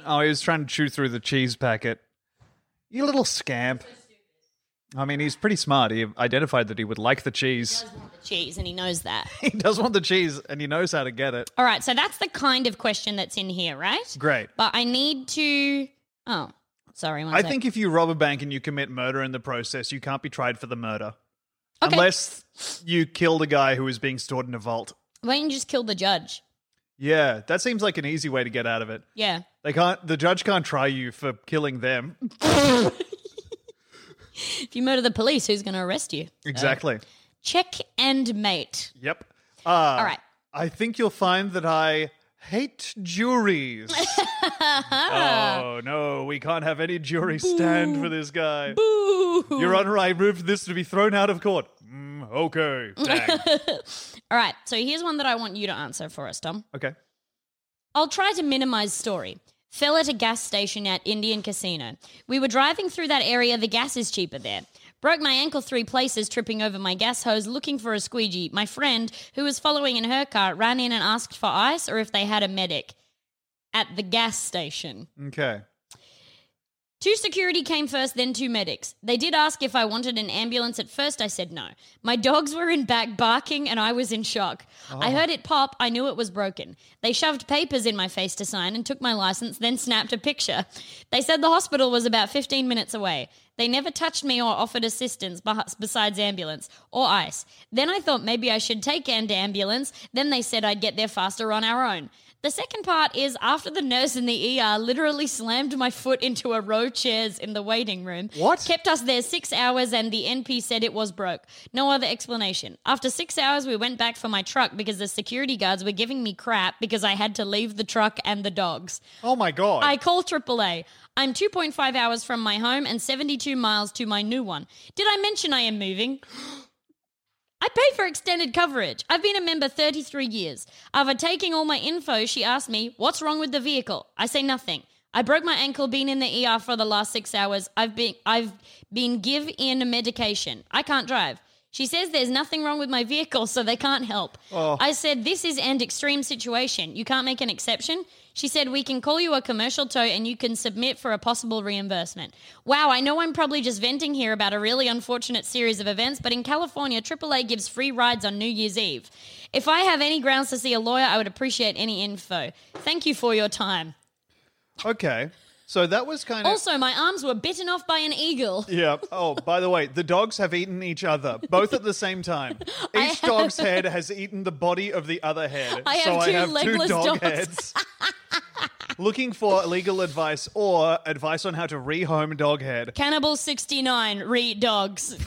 [SPEAKER 4] Oh, he was trying to chew through the cheese packet. You little scamp. I mean, he's pretty smart. He identified that he would like the cheese.
[SPEAKER 3] Cheese, and he knows that.
[SPEAKER 4] He does want the cheese, and he knows how to get it.
[SPEAKER 3] All right, so that's the kind of question that's in here, right?
[SPEAKER 4] Great.
[SPEAKER 3] But I need to. Oh, sorry. one
[SPEAKER 4] I
[SPEAKER 3] sec.
[SPEAKER 4] think if you rob a bank and you commit murder in the process, you can't be tried for the murder.
[SPEAKER 3] Okay.
[SPEAKER 4] Unless you killed a guy who was being stored in a vault.
[SPEAKER 3] Why don't you just kill the judge?
[SPEAKER 4] Yeah, that seems like an easy way to get out of it.
[SPEAKER 3] Yeah.
[SPEAKER 4] They can't. The judge can't try you for killing them.
[SPEAKER 3] If you murder the police, who's going to arrest you?
[SPEAKER 4] Exactly.
[SPEAKER 3] Check and mate.
[SPEAKER 4] yep. Uh, All
[SPEAKER 3] right.
[SPEAKER 4] I think you'll find that I hate juries. oh no, we can't have any jury stand for this guy. Your Honor, I move this to be thrown out of court. Mm, okay. Dang.
[SPEAKER 3] All right, so here's one that I want you to answer for us, Tom.
[SPEAKER 4] okay.
[SPEAKER 3] I'll try to minimize story. Fell at a gas station at Indian Casino. We were driving through that area, the gas is cheaper there. Broke my ankle three places, tripping over my gas hose, looking for a squeegee. My friend, who was following in her car, ran in and asked for ice or if they had a medic at the gas station.
[SPEAKER 4] Okay.
[SPEAKER 3] Two security came first, then two medics. They did ask if I wanted an ambulance at first. I said no. My dogs were in back barking and I was in shock. I heard it pop. I knew it was broken. They shoved papers in my face to sign and took my license, then snapped a picture. They said the hospital was about 15 minutes away. They never touched me or offered assistance beh- besides ambulance or ice. Then I thought maybe I should take an ambulance. Then they said I'd get there faster on our own. The second part is after the nurse in the ER literally slammed my foot into a row of chairs in the waiting room.
[SPEAKER 4] What?
[SPEAKER 3] Kept us there six hours and the NP said it was broke. No other explanation. After six hours, we went back for my truck because the security guards were giving me crap because I had to leave the truck and the dogs.
[SPEAKER 4] Oh my god.
[SPEAKER 3] I call AAA. I'm 2.5 hours from my home and 72 miles to my new one. Did I mention I am moving? I paid for extended coverage. I've been a member 33 years. After taking all my info, she asked me, What's wrong with the vehicle? I say nothing. I broke my ankle, been in the ER for the last six hours. I've been I've been give in medication. I can't drive. She says there's nothing wrong with my vehicle, so they can't help. I said, This is an extreme situation. You can't make an exception. She said, We can call you a commercial tow and you can submit for a possible reimbursement. Wow, I know I'm probably just venting here about a really unfortunate series of events, but in California, AAA gives free rides on New Year's Eve. If I have any grounds to see a lawyer, I would appreciate any info. Thank you for your time.
[SPEAKER 4] okay. So that was kind of.
[SPEAKER 3] Also, my arms were bitten off by an eagle.
[SPEAKER 4] Yeah. Oh, by the way, the dogs have eaten each other, both at the same time. Each dog's head has eaten the body of the other head.
[SPEAKER 3] I have
[SPEAKER 4] so I
[SPEAKER 3] two
[SPEAKER 4] have two
[SPEAKER 3] legless
[SPEAKER 4] dog
[SPEAKER 3] dogs.
[SPEAKER 4] heads. Looking for legal advice or advice on how to rehome dog head.
[SPEAKER 3] Cannibal 69, read dogs.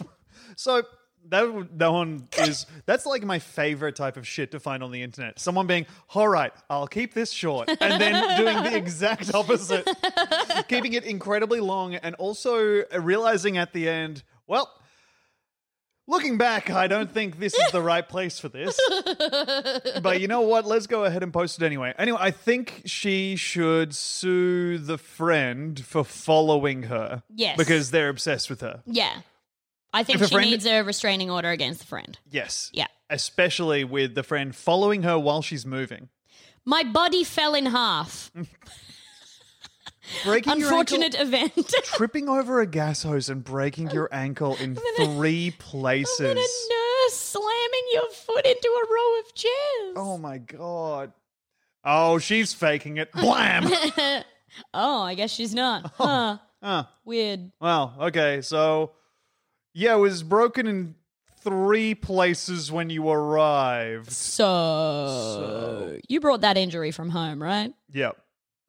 [SPEAKER 4] So that that one is that's like my favorite type of shit to find on the internet. Someone being, "All right, I'll keep this short," and then doing the exact opposite, keeping it incredibly long, and also realizing at the end, well. Looking back, I don't think this is the right place for this. but you know what? Let's go ahead and post it anyway. Anyway, I think she should sue the friend for following her.
[SPEAKER 3] Yes.
[SPEAKER 4] Because they're obsessed with her.
[SPEAKER 3] Yeah. I think
[SPEAKER 4] If a
[SPEAKER 3] she
[SPEAKER 4] friend-
[SPEAKER 3] needs a restraining order against the friend.
[SPEAKER 4] Yes.
[SPEAKER 3] Yeah.
[SPEAKER 4] Especially with the friend following her while she's moving.
[SPEAKER 3] My body fell in half.
[SPEAKER 4] Breaking your
[SPEAKER 3] Unfortunate
[SPEAKER 4] ankle-
[SPEAKER 3] event.
[SPEAKER 4] tripping over a gas hose and breaking your ankle in three
[SPEAKER 3] And a
[SPEAKER 4] places.
[SPEAKER 3] nurse slamming your foot into a row of chairs.
[SPEAKER 4] Oh my god. Oh, she's faking it. Blam.
[SPEAKER 3] Oh, I guess she's not. Huh. Weird.
[SPEAKER 4] wow. Okay. So, yeah, it was broken in three places when you arrived.
[SPEAKER 3] So, you brought that injury from home, right?
[SPEAKER 4] Yep.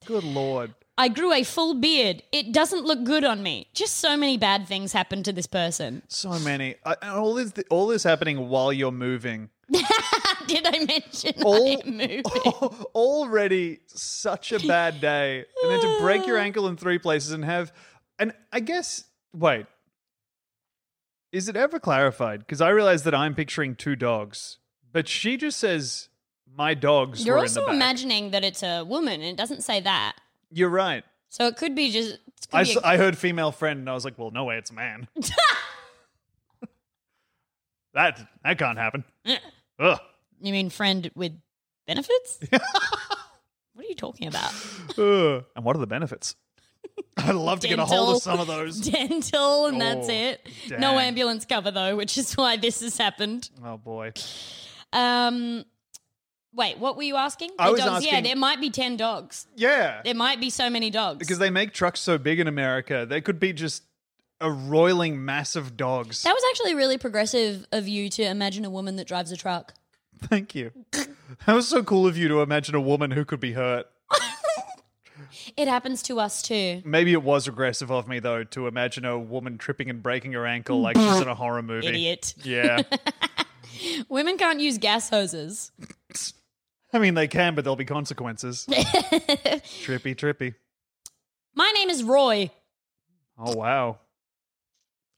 [SPEAKER 4] Good lord.
[SPEAKER 3] I grew a full beard. It doesn't look good on me. Just so many bad things happened to this person.
[SPEAKER 4] So many. I, and all this, all this happening while you're moving.
[SPEAKER 3] Did I mention
[SPEAKER 4] All-
[SPEAKER 3] I am moving?
[SPEAKER 4] already such a bad day, and then to break your ankle in three places and have, and I guess wait, is it ever clarified? Because I realize that I'm picturing two dogs, but she just says my dogs.
[SPEAKER 3] You're
[SPEAKER 4] were
[SPEAKER 3] also
[SPEAKER 4] in the back."
[SPEAKER 3] imagining that it's a woman, and it doesn't say that.
[SPEAKER 4] You're right.
[SPEAKER 3] So it could be just. It could
[SPEAKER 4] I,
[SPEAKER 3] be
[SPEAKER 4] s-
[SPEAKER 3] a-
[SPEAKER 4] I heard female friend, and I was like, well, no way, it's a man. that that can't happen. Ugh.
[SPEAKER 3] you mean friend with benefits? what are you talking about?
[SPEAKER 4] Ugh. And what are the benefits? I'd love to get a hold
[SPEAKER 3] Dental.
[SPEAKER 4] of some of those.
[SPEAKER 3] Dental, and that's
[SPEAKER 4] Oh,
[SPEAKER 3] it.
[SPEAKER 4] dang.
[SPEAKER 3] No ambulance cover though, which is why this has happened.
[SPEAKER 4] Oh boy.
[SPEAKER 3] Um, wait, what were you asking?
[SPEAKER 4] I
[SPEAKER 3] The
[SPEAKER 4] was
[SPEAKER 3] dogs. yeah,
[SPEAKER 4] asking-
[SPEAKER 3] there might be ten dogs.
[SPEAKER 4] Yeah.
[SPEAKER 3] There might be so many dogs
[SPEAKER 4] because they make trucks so big in America, they could be just a roiling mass of dogs.
[SPEAKER 3] that was actually really progressive of you to imagine a woman that drives a truck.
[SPEAKER 4] Thank you. that was so cool of you to imagine a woman who could be hurt.
[SPEAKER 3] It happens to us too.
[SPEAKER 4] Maybe it was aggressive of me though to imagine a woman tripping and breaking her ankle like she's in a horror movie.
[SPEAKER 3] Idiot.
[SPEAKER 4] Yeah.
[SPEAKER 3] Women can't use gas hoses.
[SPEAKER 4] I mean they can, but there'll be consequences. trippy, trippy.
[SPEAKER 3] My name is Roy.
[SPEAKER 4] Oh wow.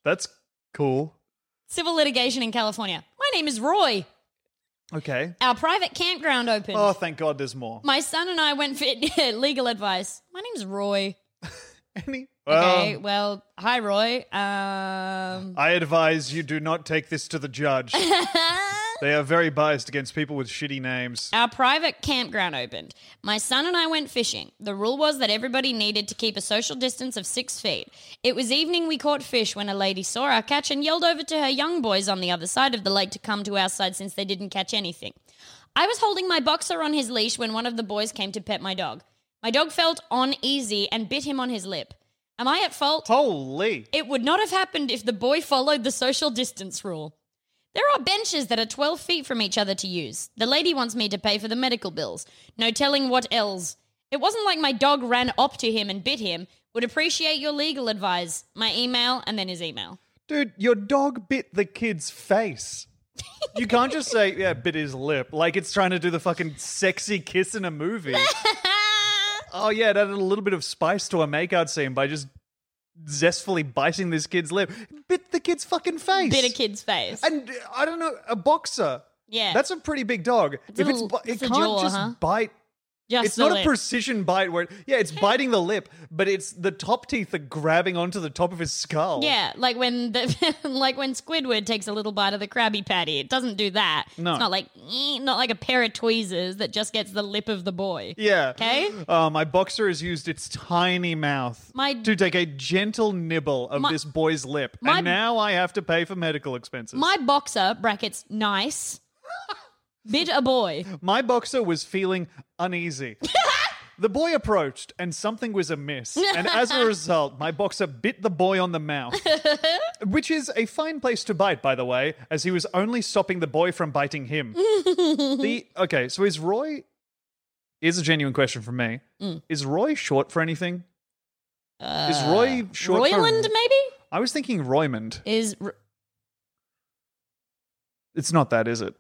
[SPEAKER 4] That's cool.
[SPEAKER 3] Civil litigation in California. My name is Roy.
[SPEAKER 4] Okay.
[SPEAKER 3] Our private campground opened.
[SPEAKER 4] Oh, thank God there's more.
[SPEAKER 3] My son and I went for legal advice. My name's Roy.
[SPEAKER 4] Any? Um,
[SPEAKER 3] okay,
[SPEAKER 4] Well,
[SPEAKER 3] well, hi, Roy. Um,
[SPEAKER 4] I advise you do not take this to the judge. They are very biased against people with shitty names.
[SPEAKER 3] Our private campground opened. My son and I went fishing. The rule was that everybody needed to keep a social distance of six feet. It was evening we caught fish when a lady saw our catch and yelled over to her young boys on the other side of the lake to come to our side since they didn't catch anything. I was holding my boxer on his leash when one of the boys came to pet my dog. My dog felt uneasy and bit him on his lip. Am I at fault?
[SPEAKER 4] Holy.
[SPEAKER 3] It would not have happened if the boy followed the social distance rule. There are benches that are 12 feet from each other to use. The lady wants me to pay for the medical bills. No telling what else. It wasn't like my dog ran up to him and bit him. Would appreciate your legal advice. My email and then his email.
[SPEAKER 4] Dude, your dog bit the kid's face. You can't just say, yeah, bit his lip. Like it's trying to do the fucking sexy kiss in a movie. oh, yeah, it added a little bit of spice to a makeout scene by just zestfully biting this kid's lip. Bit the kid's fucking face.
[SPEAKER 3] Bit a kid's face.
[SPEAKER 4] And uh, I don't know, a boxer.
[SPEAKER 3] yeah.
[SPEAKER 4] That's a pretty big dog.
[SPEAKER 3] It's a
[SPEAKER 4] if it's,
[SPEAKER 3] little-
[SPEAKER 4] bu- it
[SPEAKER 3] it's a
[SPEAKER 4] can't
[SPEAKER 3] jaw,
[SPEAKER 4] just
[SPEAKER 3] huh?
[SPEAKER 4] bite
[SPEAKER 3] Just
[SPEAKER 4] it's not
[SPEAKER 3] the lip.
[SPEAKER 4] a precision bite where yeah, it's biting the lip, but it's the top teeth are grabbing onto the top of his skull.
[SPEAKER 3] Yeah, like when the like when Squidward takes a little bite of the Krabby Patty. It doesn't do that.
[SPEAKER 4] No.
[SPEAKER 3] It's not like "Eh," not like a pair of tweezers that just gets the lip of the boy.
[SPEAKER 4] Yeah.
[SPEAKER 3] Okay?
[SPEAKER 4] Uh, my boxer has used its tiny mouth
[SPEAKER 3] My-
[SPEAKER 4] to take a gentle nibble of
[SPEAKER 3] My-
[SPEAKER 4] this boy's lip,
[SPEAKER 3] my-
[SPEAKER 4] and now I have to pay for medical expenses.
[SPEAKER 3] My boxer, brackets, nice, bit a boy.
[SPEAKER 4] My boxer was feeling uneasy. the boy approached, and something was amiss. And as a result, my boxer bit the boy on the mouth, which is a fine place to bite, by the way, as he was only stopping the boy from biting him. the okay, so is Roy? Is a genuine question from me.
[SPEAKER 3] Mm.
[SPEAKER 4] Is Roy short for anything? is Roy Uh, short
[SPEAKER 3] Uh, Royland,
[SPEAKER 4] for?
[SPEAKER 3] maybe?
[SPEAKER 4] I was thinking Roymond.
[SPEAKER 3] Is. R-
[SPEAKER 4] It's not that, is it?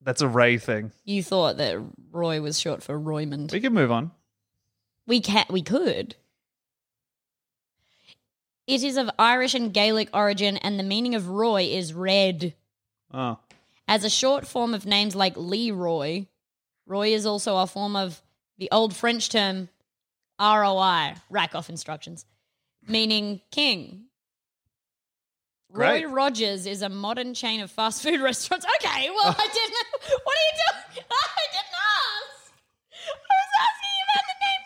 [SPEAKER 4] That's a Ray thing.
[SPEAKER 3] you thought that Roy was short for Roymond.
[SPEAKER 4] We can move on.
[SPEAKER 3] We can we could. It is of Irish and Gaelic origin, and the meaning of Roy is red.
[SPEAKER 4] Oh.
[SPEAKER 3] As a short form of names like Leroy, Roy is also a form of the old French term ROI, rack off instructions, meaning king.
[SPEAKER 4] Great.
[SPEAKER 3] Roy Rogers is a modern chain of fast food restaurants. Okay, well, I didn't. What are you doing? I didn't ask. I was asking you about the name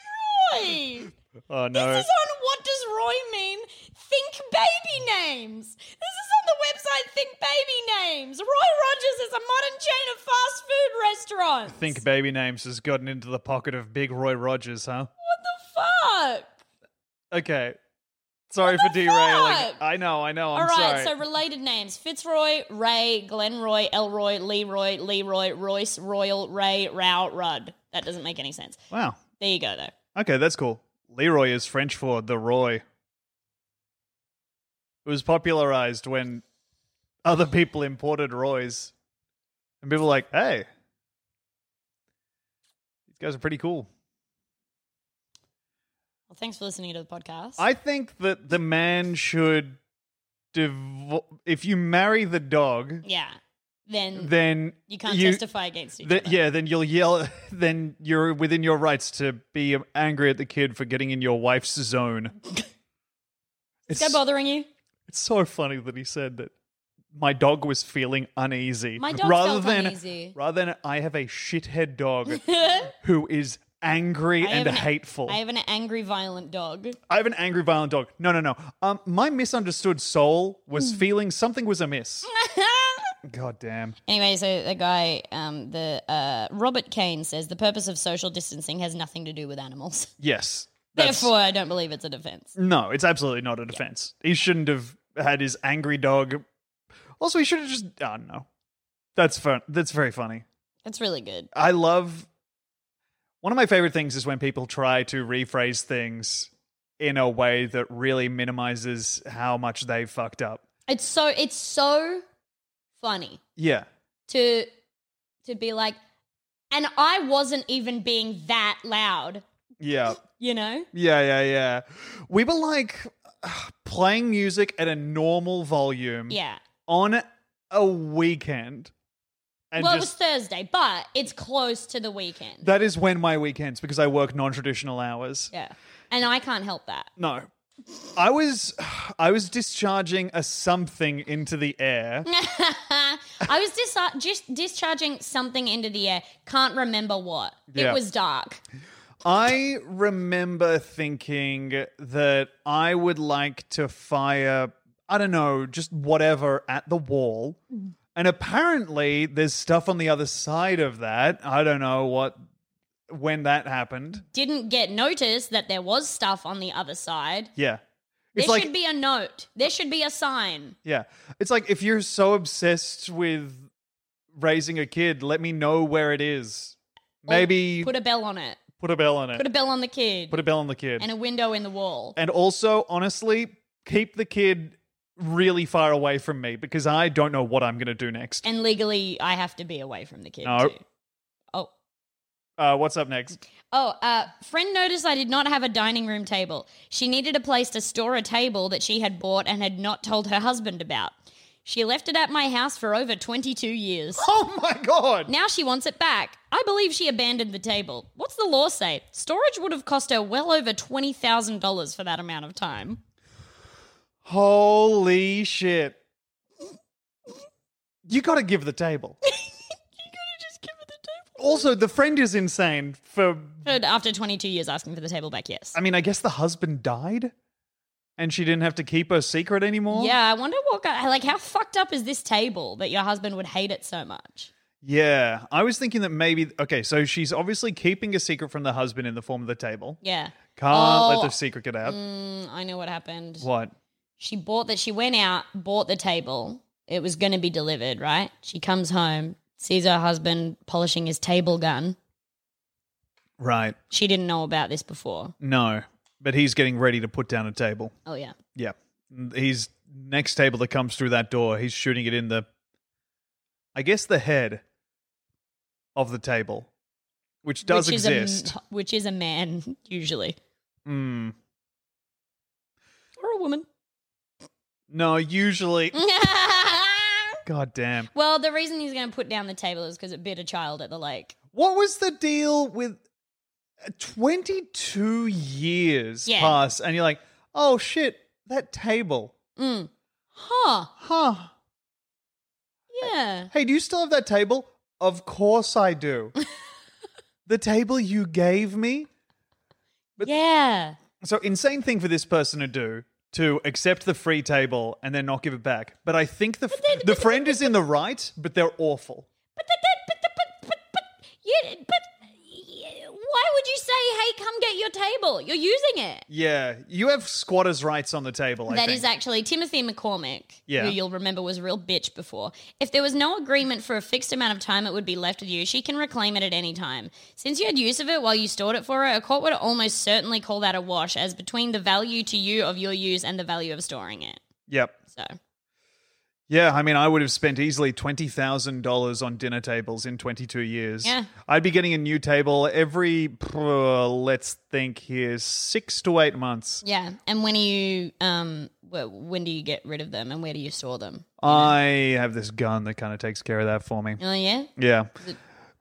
[SPEAKER 3] Roy.
[SPEAKER 4] Oh no.
[SPEAKER 3] This is on What Does Roy Mean? Think Baby Names. This is on the website Think Baby Names. Roy Rogers is a modern chain of fast food restaurants.
[SPEAKER 4] Think baby names has gotten into the pocket of Big Roy Rogers, huh?
[SPEAKER 3] What the fuck?
[SPEAKER 4] Okay. Sorry for
[SPEAKER 3] the
[SPEAKER 4] derailing.
[SPEAKER 3] fuck?
[SPEAKER 4] I know, I know. I'm
[SPEAKER 3] All right,
[SPEAKER 4] sorry.
[SPEAKER 3] so related names Fitzroy, Ray, Glenroy, Elroy, Leroy, Leroy, Royce, Royal, Ray, Rao, Rudd. That doesn't make any sense.
[SPEAKER 4] wow.
[SPEAKER 3] There you go, though.
[SPEAKER 4] Okay, that's cool. Leroy is French for the Roy. It was popularized when other people imported Roys. And people were like, hey, these guys are pretty cool.
[SPEAKER 3] Well, thanks for listening to the podcast.
[SPEAKER 4] I think that the man should. Divo- if you marry the dog,
[SPEAKER 3] yeah. Then,
[SPEAKER 4] then
[SPEAKER 3] Mm. you can't testify against each
[SPEAKER 4] Th-
[SPEAKER 3] other.
[SPEAKER 4] yeah, then you'll yell. Then you're within your rights to be angry at the kid for getting in your wife's zone.
[SPEAKER 3] Is
[SPEAKER 4] it's,
[SPEAKER 3] that bothering you?
[SPEAKER 4] it's so funny that he said that my dog was feeling uneasy.
[SPEAKER 3] My dog
[SPEAKER 4] rather
[SPEAKER 3] felt
[SPEAKER 4] than
[SPEAKER 3] uneasy.
[SPEAKER 4] rather than I have a shithead dog who is angry
[SPEAKER 3] I
[SPEAKER 4] and
[SPEAKER 3] have an-
[SPEAKER 4] hateful.
[SPEAKER 3] I have an angry, violent dog.
[SPEAKER 4] I have an angry, violent dog. No, no, no. Um, my misunderstood soul
[SPEAKER 3] Hmm.
[SPEAKER 4] was feeling something was amiss. God damn.
[SPEAKER 3] Anyway, so the guy, um, the uh, Robert Kane says the purpose of social distancing has nothing to do with animals.
[SPEAKER 4] Yes. that's-
[SPEAKER 3] Therefore, I don't believe it's a defense.
[SPEAKER 4] No, it's absolutely not a defense. He shouldn't have had his angry dog. Also, he should have just. I don't know. That's fun. That's very funny.
[SPEAKER 3] It's really good.
[SPEAKER 4] I love. One of my favorite things is when people try to rephrase things in a way that really minimizes how much they fucked up.
[SPEAKER 3] It's so it's so funny
[SPEAKER 4] Yeah.
[SPEAKER 3] to to be like, and I wasn't even being that loud,
[SPEAKER 4] Yeah.
[SPEAKER 3] you know.
[SPEAKER 4] Yeah, yeah, yeah. We were like playing music at a normal volume
[SPEAKER 3] Yeah.
[SPEAKER 4] on a weekend. And
[SPEAKER 3] well,
[SPEAKER 4] just,
[SPEAKER 3] it was Thursday, but it's close to the weekend.
[SPEAKER 4] That is when my weekends because I work non-traditional hours.
[SPEAKER 3] yeah, and I can't help that.
[SPEAKER 4] No. I was I was discharging a something into the air.
[SPEAKER 3] I was dis- just discharging something into the air. Can't remember what.
[SPEAKER 4] Yeah.
[SPEAKER 3] It was dark.
[SPEAKER 4] I remember thinking that I would like to fire I don't know, just whatever at the wall.
[SPEAKER 3] Mm.
[SPEAKER 4] And apparently there's stuff on the other side of that. I don't know what when that happened.
[SPEAKER 3] Didn't get noticed that there was stuff on the other side.
[SPEAKER 4] Yeah.
[SPEAKER 3] there should be a note. There should be a sign.
[SPEAKER 4] Yeah. It's like if you're so obsessed with raising a kid, let me know where it is. Maybe
[SPEAKER 3] Put a bell on it.
[SPEAKER 4] put a bell on it.
[SPEAKER 3] Put a bell on the kid.
[SPEAKER 4] Put a bell on the kid.
[SPEAKER 3] and a window in the wall.
[SPEAKER 4] And also, honestly, keep the kid really far away from me because I don't know what I'm going to do next.
[SPEAKER 3] And legally, I have to be away from the kid.
[SPEAKER 4] No.
[SPEAKER 3] Too. Oh.
[SPEAKER 4] Uh, what's up next?
[SPEAKER 3] Oh, uh, friend noticed I did not have a dining room table. She needed a place to store a table that she had bought and had not told her husband about. She left it at my house for over 22 years.
[SPEAKER 4] Oh my god.
[SPEAKER 3] Now she wants it back. I believe she abandoned the table. What's the law say? Storage would have cost her well over $20,000 for that amount of time.
[SPEAKER 4] Holy shit. You got to give the table. Also, the friend is insane for
[SPEAKER 3] But after 22 years asking for the table back, yes.
[SPEAKER 4] I mean, I guess the husband died and she didn't have to keep her secret anymore.
[SPEAKER 3] Yeah, I wonder what guy, like how fucked up is this table that your husband would hate it so much?
[SPEAKER 4] Yeah. I was thinking that maybe, okay, so she's obviously keeping a secret from the husband in the form of the table.
[SPEAKER 3] Yeah.
[SPEAKER 4] Can't let
[SPEAKER 3] Oh.
[SPEAKER 4] the secret get out.
[SPEAKER 3] Mm, I know what happened.
[SPEAKER 4] What?
[SPEAKER 3] She bought that she went out, bought the table. It was going to be delivered, right? She comes home, sees her husband polishing his table gun.
[SPEAKER 4] Right.
[SPEAKER 3] She didn't know about this before.
[SPEAKER 4] No. But he's getting ready to put down a table.
[SPEAKER 3] Oh yeah.
[SPEAKER 4] Yeah. He's next table that comes through that door. He's shooting it in the, I guess, the head of the table, which does
[SPEAKER 3] which
[SPEAKER 4] exist.
[SPEAKER 3] Is a, m- which is a man usually
[SPEAKER 4] Mm.
[SPEAKER 3] or a woman.
[SPEAKER 4] No,
[SPEAKER 3] Mm.
[SPEAKER 4] usually. God damn.
[SPEAKER 3] well, the reason he's going to put down the table is because it bit a child at the lake.
[SPEAKER 4] What was the deal with uh, 22 years
[SPEAKER 3] Yeah.
[SPEAKER 4] pass and you're like, oh shit, that table.
[SPEAKER 3] Mm. Huh.
[SPEAKER 4] Huh.
[SPEAKER 3] Yeah.
[SPEAKER 4] Hey, do you still have that table? Of course I do. the table you gave me? But-
[SPEAKER 3] yeah.
[SPEAKER 4] So, insane thing for this person to do to accept the free table and then not give it back. But I think the, f- the friend is in the right, but they're awful.
[SPEAKER 3] But, that, that, but, the- but, but, but, yeah, but yeah, why would you say, hey, come get your table. You're using it.
[SPEAKER 4] Yeah, you have squatters' rights on the table. I
[SPEAKER 3] That
[SPEAKER 4] think.
[SPEAKER 3] is actually Timothy McCormick,
[SPEAKER 4] Yeah.
[SPEAKER 3] who you'll remember was a real bitch before. If there was no agreement for a fixed amount of time it would be left with you, she can reclaim it at any time. Since you had use of it while you stored it for her, a court would almost certainly call that a wash, as between the value to you of your use and the value of storing it.
[SPEAKER 4] Yep.
[SPEAKER 3] So,
[SPEAKER 4] Yeah, I mean, I would have spent easily twenty thousand dollars on dinner tables in twenty-two years.
[SPEAKER 3] Yeah.
[SPEAKER 4] I'd be getting a new table every pr- let's think here six to eight months.
[SPEAKER 3] yeah. And when are you, um, wh- when do you get rid of them and where do you store them?
[SPEAKER 4] I have this gun that kind of takes care of that for me.
[SPEAKER 3] Oh, yeah.
[SPEAKER 4] Yeah,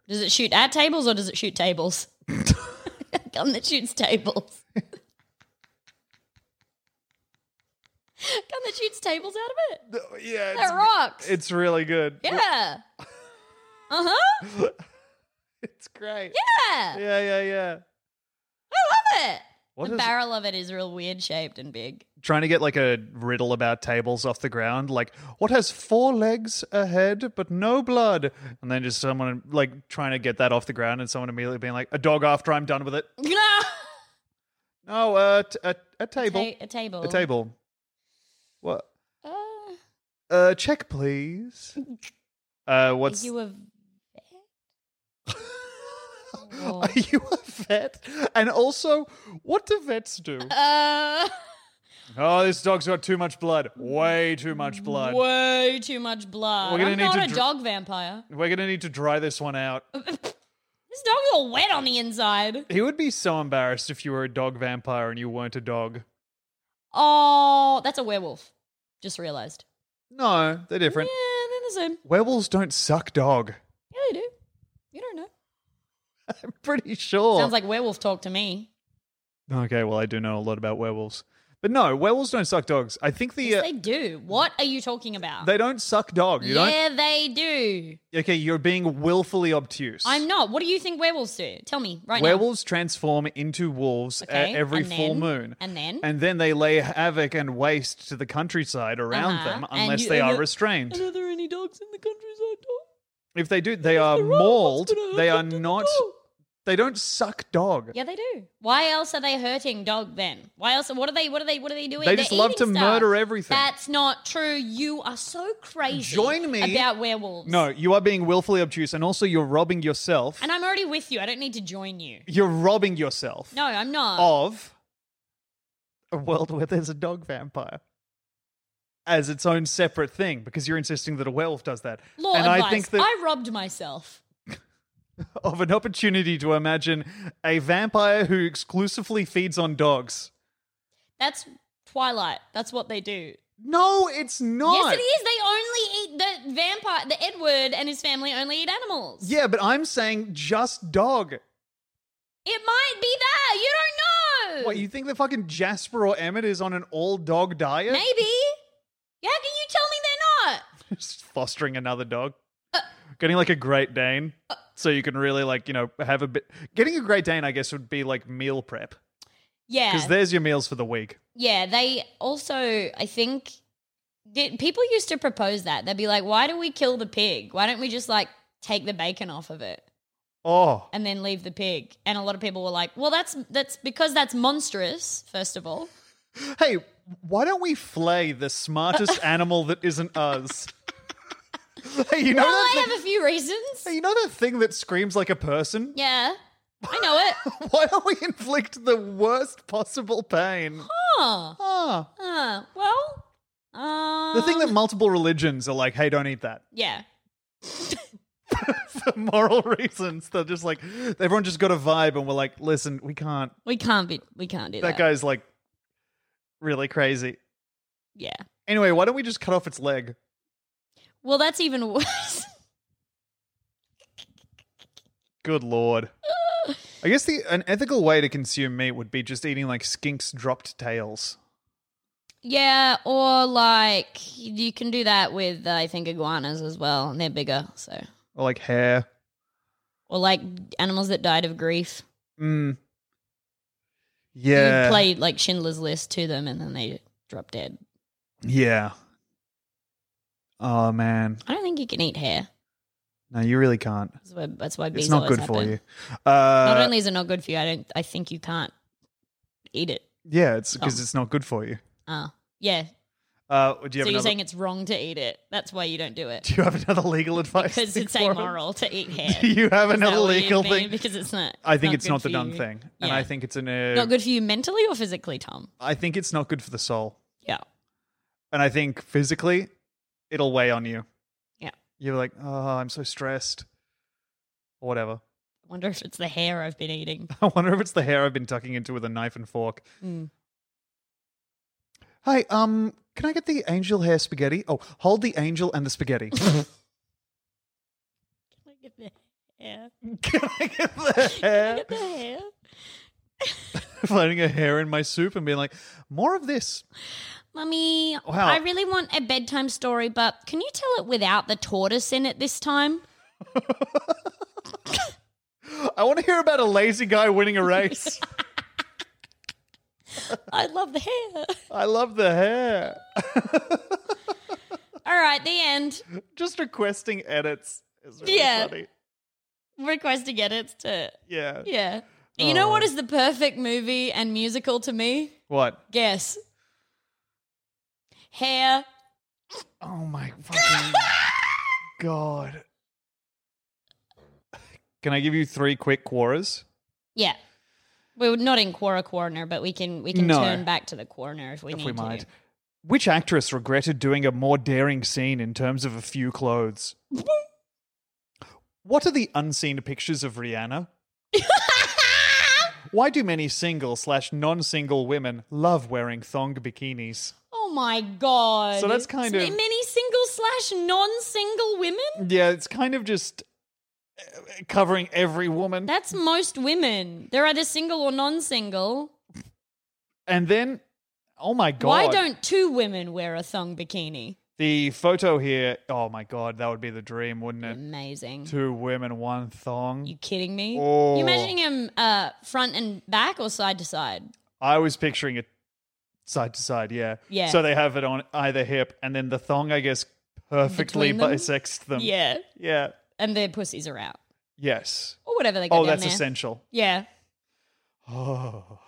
[SPEAKER 3] Does it shoot at tables or does it shoot tables? a gun that shoots tables. gun that shoots tables out of it.
[SPEAKER 4] yeah,
[SPEAKER 3] That rocks.
[SPEAKER 4] it's really good.
[SPEAKER 3] yeah. Uh huh.
[SPEAKER 4] It's great.
[SPEAKER 3] Yeah.
[SPEAKER 4] Yeah, yeah, yeah.
[SPEAKER 3] I love it.
[SPEAKER 4] What
[SPEAKER 3] the
[SPEAKER 4] is-
[SPEAKER 3] barrel of it is real weird shaped and big.
[SPEAKER 4] Trying to get like a riddle about tables off the ground, like what has four legs, a head, but no blood, and then just someone like trying to get that off the ground, and someone immediately being like, "A dog after I'm done with it."
[SPEAKER 3] a,
[SPEAKER 4] No, uh, t- a a table,
[SPEAKER 3] ta- a table.
[SPEAKER 4] a table. What?
[SPEAKER 3] Uh,
[SPEAKER 4] Uh, check please. Uh, what's?
[SPEAKER 3] are you a
[SPEAKER 4] Are you a vet? And also, what do vets do?
[SPEAKER 3] uh,
[SPEAKER 4] Oh, this dog's got too much blood. Way too much blood.
[SPEAKER 3] uh, way too much blood.
[SPEAKER 4] We're gonna
[SPEAKER 3] I'm
[SPEAKER 4] need
[SPEAKER 3] not
[SPEAKER 4] to
[SPEAKER 3] a
[SPEAKER 4] dr-
[SPEAKER 3] dog vampire.
[SPEAKER 4] We're gonna need to dry this one out.
[SPEAKER 3] This dog's all wet on the inside.
[SPEAKER 4] He would be so embarrassed if you were a dog vampire and you weren't a dog.
[SPEAKER 3] Oh, that's a werewolf. Just realized.
[SPEAKER 4] No,
[SPEAKER 3] Yeah,
[SPEAKER 4] they're different.
[SPEAKER 3] they're the same.
[SPEAKER 4] Werewolves don't suck dog.
[SPEAKER 3] Yeah, they do. You don't know.
[SPEAKER 4] I'm pretty sure.
[SPEAKER 3] Sounds like werewolf talk to me.
[SPEAKER 4] okay, well, I do know a lot about werewolves, but no, werewolves don't suck dogs. I think the
[SPEAKER 3] Yes,
[SPEAKER 4] uh,
[SPEAKER 3] they do. What are you talking about?
[SPEAKER 4] they don't suck dog. You
[SPEAKER 3] yeah, they do.
[SPEAKER 4] don't. Okay, you're being willfully obtuse.
[SPEAKER 3] I'm not. What do you think werewolves do? Tell me right
[SPEAKER 4] werewolves transform into wolves
[SPEAKER 3] now.
[SPEAKER 4] at every
[SPEAKER 3] and
[SPEAKER 4] full
[SPEAKER 3] then-
[SPEAKER 4] moon.
[SPEAKER 3] And then?
[SPEAKER 4] And then they lay havoc and waste to the countryside around
[SPEAKER 3] Uh-huh.
[SPEAKER 4] them
[SPEAKER 3] And
[SPEAKER 4] unless
[SPEAKER 3] you-
[SPEAKER 4] they
[SPEAKER 3] and
[SPEAKER 4] are
[SPEAKER 3] you-
[SPEAKER 4] restrained.
[SPEAKER 3] are there any dogs in the countryside?
[SPEAKER 4] if they do, they are mauled. They are not. They don't suck dog.
[SPEAKER 3] Yeah, they do. Why else are they hurting dog then? Why else? What are they? What are they? What are they doing?
[SPEAKER 4] They
[SPEAKER 3] They're
[SPEAKER 4] just love
[SPEAKER 3] eating
[SPEAKER 4] to
[SPEAKER 3] stuff.
[SPEAKER 4] murder everything.
[SPEAKER 3] That's not true. You are so crazy.
[SPEAKER 4] Join me-
[SPEAKER 3] about werewolves.
[SPEAKER 4] No, you are being willfully obtuse, and also you're robbing yourself.
[SPEAKER 3] And I'm already with you. I don't need to join you.
[SPEAKER 4] you're robbing yourself
[SPEAKER 3] No, I'm not.
[SPEAKER 4] of a world where there's a dog vampire as its own separate thing because you're insisting that a werewolf does that.
[SPEAKER 3] Law
[SPEAKER 4] and
[SPEAKER 3] advice.
[SPEAKER 4] I think that
[SPEAKER 3] I robbed myself.
[SPEAKER 4] of an opportunity to imagine a vampire who exclusively feeds on dogs.
[SPEAKER 3] That's Twilight. That's what they do.
[SPEAKER 4] No, it's not.
[SPEAKER 3] Yes, it is. They only eat the vampire. The Edward and his family only eat animals.
[SPEAKER 4] Yeah, but I'm saying just dog.
[SPEAKER 3] It might be that. You don't know.
[SPEAKER 4] What, you think the fucking Jasper or Emmett is on an all dog diet?
[SPEAKER 3] Maybe. Yeah, How can you tell me they're not?
[SPEAKER 4] Just fostering another dog.
[SPEAKER 3] Uh,
[SPEAKER 4] Getting like a Great Dane. so you can really like, you know, have a bit. Getting a Great Dane, I guess, would be like meal prep. Because
[SPEAKER 3] Yeah.
[SPEAKER 4] there's your meals for the week.
[SPEAKER 3] yeah, they also, I think, did, people used to propose that. They'd be like, why do we kill the pig? Why don't we just like take the bacon off of it?
[SPEAKER 4] Oh.
[SPEAKER 3] and then leave the pig. And a lot of people were like, "Well, that's that's because that's monstrous." First of all,
[SPEAKER 4] Hey, why don't we flay the smartest animal that isn't us? hey, you know
[SPEAKER 3] well, I
[SPEAKER 4] that thing-
[SPEAKER 3] have a few reasons.
[SPEAKER 4] Hey, you know that thing that screams like a person?
[SPEAKER 3] Yeah, I know it.
[SPEAKER 4] Why don't we inflict the worst possible pain?
[SPEAKER 3] Huh.
[SPEAKER 4] Ah.
[SPEAKER 3] Uh, well, um,
[SPEAKER 4] The thing that multiple religions are like, hey, don't eat that
[SPEAKER 3] yeah,
[SPEAKER 4] for moral reasons. They're just like, everyone just got a vibe, and we're like, listen, we can't.
[SPEAKER 3] we can't be, we can't do that.
[SPEAKER 4] That guy's like really crazy.
[SPEAKER 3] Yeah.
[SPEAKER 4] Anyway, why don't we just cut off its leg?
[SPEAKER 3] Well, that's even worse.
[SPEAKER 4] Good lord. I guess the an ethical way to consume meat would be just eating like skinks dropped tails.
[SPEAKER 3] yeah, or like you can do that with uh, I think iguanas as well, and they're bigger. So,
[SPEAKER 4] Or like hair.
[SPEAKER 3] or like animals that died of grief.
[SPEAKER 4] Mm.
[SPEAKER 3] You
[SPEAKER 4] Yeah.
[SPEAKER 3] play like Schindler's List to them, and then they drop dead.
[SPEAKER 4] yeah. Oh man.
[SPEAKER 3] I don't think you can eat hair.
[SPEAKER 4] No, you really can't.
[SPEAKER 3] That's why, that's why bees
[SPEAKER 4] It's not
[SPEAKER 3] always
[SPEAKER 4] good for
[SPEAKER 3] happen.
[SPEAKER 4] you.
[SPEAKER 3] Not
[SPEAKER 4] Uh,
[SPEAKER 3] only is it not good for you, I don't. I think you can't eat it.
[SPEAKER 4] yeah, it's because
[SPEAKER 3] Oh.
[SPEAKER 4] it's not good for you.
[SPEAKER 3] Ah, yeah.
[SPEAKER 4] Uh,
[SPEAKER 3] So
[SPEAKER 4] do you have
[SPEAKER 3] you're
[SPEAKER 4] another?
[SPEAKER 3] saying it's wrong to eat it. That's why you don't do it
[SPEAKER 4] do you have another legal advice?
[SPEAKER 3] because
[SPEAKER 4] thing
[SPEAKER 3] it's
[SPEAKER 4] for him?
[SPEAKER 3] amoral to eat hair.
[SPEAKER 4] Do you have
[SPEAKER 3] Is that
[SPEAKER 4] another
[SPEAKER 3] what you
[SPEAKER 4] legal
[SPEAKER 3] mean?
[SPEAKER 4] thing?
[SPEAKER 3] Because it's not.
[SPEAKER 4] I think it's
[SPEAKER 3] good
[SPEAKER 4] not the
[SPEAKER 3] for
[SPEAKER 4] done
[SPEAKER 3] you.
[SPEAKER 4] thing, and
[SPEAKER 3] Yeah.
[SPEAKER 4] I think it's an. Uh,
[SPEAKER 3] not good for you mentally or physically, Tom.
[SPEAKER 4] I think it's not good for the soul,
[SPEAKER 3] Yeah.
[SPEAKER 4] and I think physically, it'll weigh on you.
[SPEAKER 3] Yeah.
[SPEAKER 4] You're like, oh, I'm so stressed, or whatever.
[SPEAKER 3] I wonder if it's the hair I've been eating.
[SPEAKER 4] I wonder if it's the hair I've been tucking into with a knife and fork.
[SPEAKER 3] Mm.
[SPEAKER 4] Hi, um, can I get the angel hair spaghetti? Oh, hold the angel and the spaghetti.
[SPEAKER 3] Can I get the hair?
[SPEAKER 4] can I get the hair?
[SPEAKER 3] Get the hair?
[SPEAKER 4] Finding a hair in my soup and being like, more of this.
[SPEAKER 3] Mummy,
[SPEAKER 4] Wow.
[SPEAKER 3] I really want a bedtime story, but can you tell it without the tortoise in it this time?
[SPEAKER 4] I want to hear about a lazy guy winning a race.
[SPEAKER 3] I love the hair.
[SPEAKER 4] I love the hair.
[SPEAKER 3] All right, the end.
[SPEAKER 4] Just requesting edits is really
[SPEAKER 3] Yeah.
[SPEAKER 4] funny.
[SPEAKER 3] Request to get it to
[SPEAKER 4] Yeah.
[SPEAKER 3] yeah. You
[SPEAKER 4] Oh.
[SPEAKER 3] know what is the perfect movie and musical to me?
[SPEAKER 4] What?
[SPEAKER 3] Guess. Hair.
[SPEAKER 4] Oh my fucking god. Can I give you three quick quarters?
[SPEAKER 3] Yeah. We're not in Quora corner, but we can we can
[SPEAKER 4] No.
[SPEAKER 3] turn back to the corner if we
[SPEAKER 4] if
[SPEAKER 3] need
[SPEAKER 4] we
[SPEAKER 3] to.
[SPEAKER 4] might. Which actress regretted doing a more daring scene in terms of a few clothes? what are the unseen pictures of Rihanna? Why do many single slash non single women love wearing thong bikinis?
[SPEAKER 3] Oh my god!
[SPEAKER 4] So that's kind
[SPEAKER 3] S-
[SPEAKER 4] of-
[SPEAKER 3] many single slash non-single women.
[SPEAKER 4] Yeah, it's kind of just uh, covering every woman.
[SPEAKER 3] That's most women. They're either single or non-single.
[SPEAKER 4] and then, oh my god.
[SPEAKER 3] Why don't two women wear a thong bikini?
[SPEAKER 4] The photo here, oh my god, that would be the dream, wouldn't it?
[SPEAKER 3] Amazing.
[SPEAKER 4] Two women, one thong.
[SPEAKER 3] Mm. You kidding me?
[SPEAKER 4] Oh.
[SPEAKER 3] You imagining him uh, front and back or side to side?
[SPEAKER 4] I was picturing it side to side, yeah.
[SPEAKER 3] Yeah.
[SPEAKER 4] So they have it on either hip, and then the thong, I guess, perfectly
[SPEAKER 3] Between them?
[SPEAKER 4] bisects them.
[SPEAKER 3] Yeah,
[SPEAKER 4] Yeah.
[SPEAKER 3] and their pussies are out
[SPEAKER 4] Yes.
[SPEAKER 3] or whatever they got
[SPEAKER 4] Oh,
[SPEAKER 3] down
[SPEAKER 4] that's
[SPEAKER 3] there.
[SPEAKER 4] essential.
[SPEAKER 3] Yeah.
[SPEAKER 4] Oh.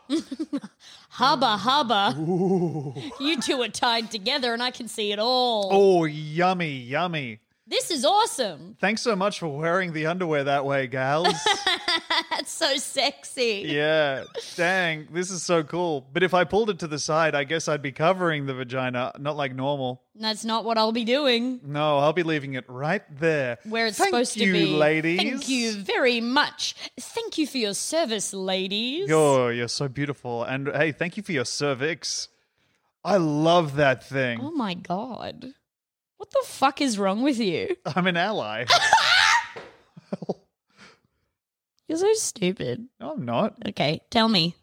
[SPEAKER 3] Hubba hubba. You two are tied together, and I can see it all.
[SPEAKER 4] Oh, yummy, yummy.
[SPEAKER 3] This is awesome.
[SPEAKER 4] Thanks so much for wearing the underwear that way, gals.
[SPEAKER 3] That's so sexy.
[SPEAKER 4] yeah. Dang, this is so cool. But if I pulled it to the side, I guess I'd be covering the vagina, not like normal.
[SPEAKER 3] That's not what I'll be doing.
[SPEAKER 4] No, I'll be leaving it right there.
[SPEAKER 3] Where it's
[SPEAKER 4] Thank
[SPEAKER 3] supposed
[SPEAKER 4] you,
[SPEAKER 3] to be.
[SPEAKER 4] ladies.
[SPEAKER 3] Thank you very much. Thank you for your service, ladies.
[SPEAKER 4] Yo, you're so beautiful. And hey, thank you for your cervix. I love that thing.
[SPEAKER 3] oh my god. What the fuck is wrong with you?
[SPEAKER 4] I'm an ally.
[SPEAKER 3] You're so stupid.
[SPEAKER 4] no, I'm not.
[SPEAKER 3] Okay, tell me.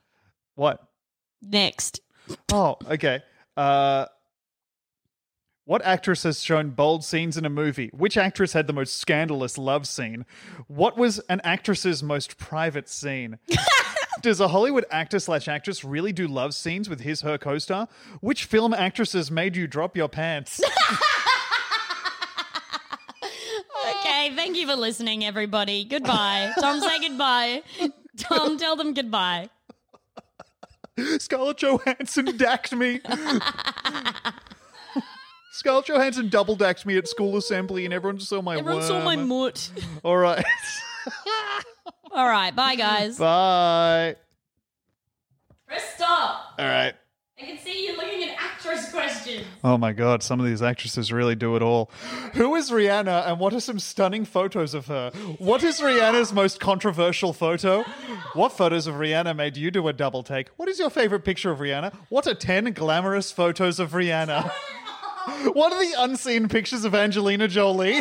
[SPEAKER 4] What?
[SPEAKER 3] Next.
[SPEAKER 4] Oh, okay. Uh, what actress has shown bold scenes in a movie? Which actress had the most scandalous love scene? What was an actress's most private scene? Does a Hollywood actor slash actress really do love scenes with his her co star? Which film actresses made you drop your pants?
[SPEAKER 3] Okay, thank you for listening, everybody. Goodbye. Tom, say goodbye. Tom, tell them goodbye.
[SPEAKER 4] Scarlett Johansson dacked me. Scarlett Johansson double dacked me at school assembly, and everyone saw my
[SPEAKER 3] Everyone
[SPEAKER 4] worm.
[SPEAKER 3] saw my moot.
[SPEAKER 4] All right,
[SPEAKER 3] All right, bye, guys.
[SPEAKER 4] bye.
[SPEAKER 3] Press stop.
[SPEAKER 4] All right.
[SPEAKER 3] I can see you looking at actress questions.
[SPEAKER 4] Oh my god, some of these actresses really do it all. Who is Rihanna, and what are some stunning photos of her? What is Rihanna's most controversial photo? What photos of Rihanna made you do a double take? What is your favorite picture of Rihanna? What are 10 glamorous photos of Rihanna? What are the unseen pictures of Angelina Jolie?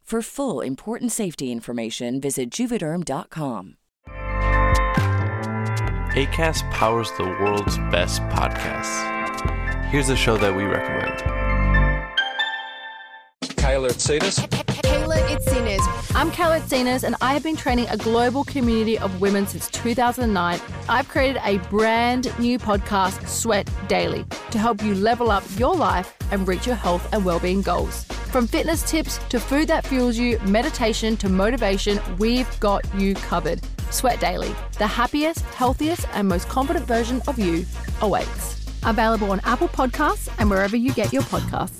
[SPEAKER 6] For full important safety information, visit juvederm.com.
[SPEAKER 7] ACAST powers the world's best podcasts. Here's a show that we recommend. Kyler Tsadis.
[SPEAKER 3] Kayla Itzinas. I'm Kayla Itzinas, and I have been training a global community of women since 2009. I've created a brand new podcast, Sweat Daily, to help you level up your life and reach your health and well-being goals. From fitness tips to food that fuels you, meditation to motivation, we've got you covered. Sweat Daily, the happiest, healthiest, and most confident version of you awaits. Available on Apple Podcasts and wherever you get your podcasts.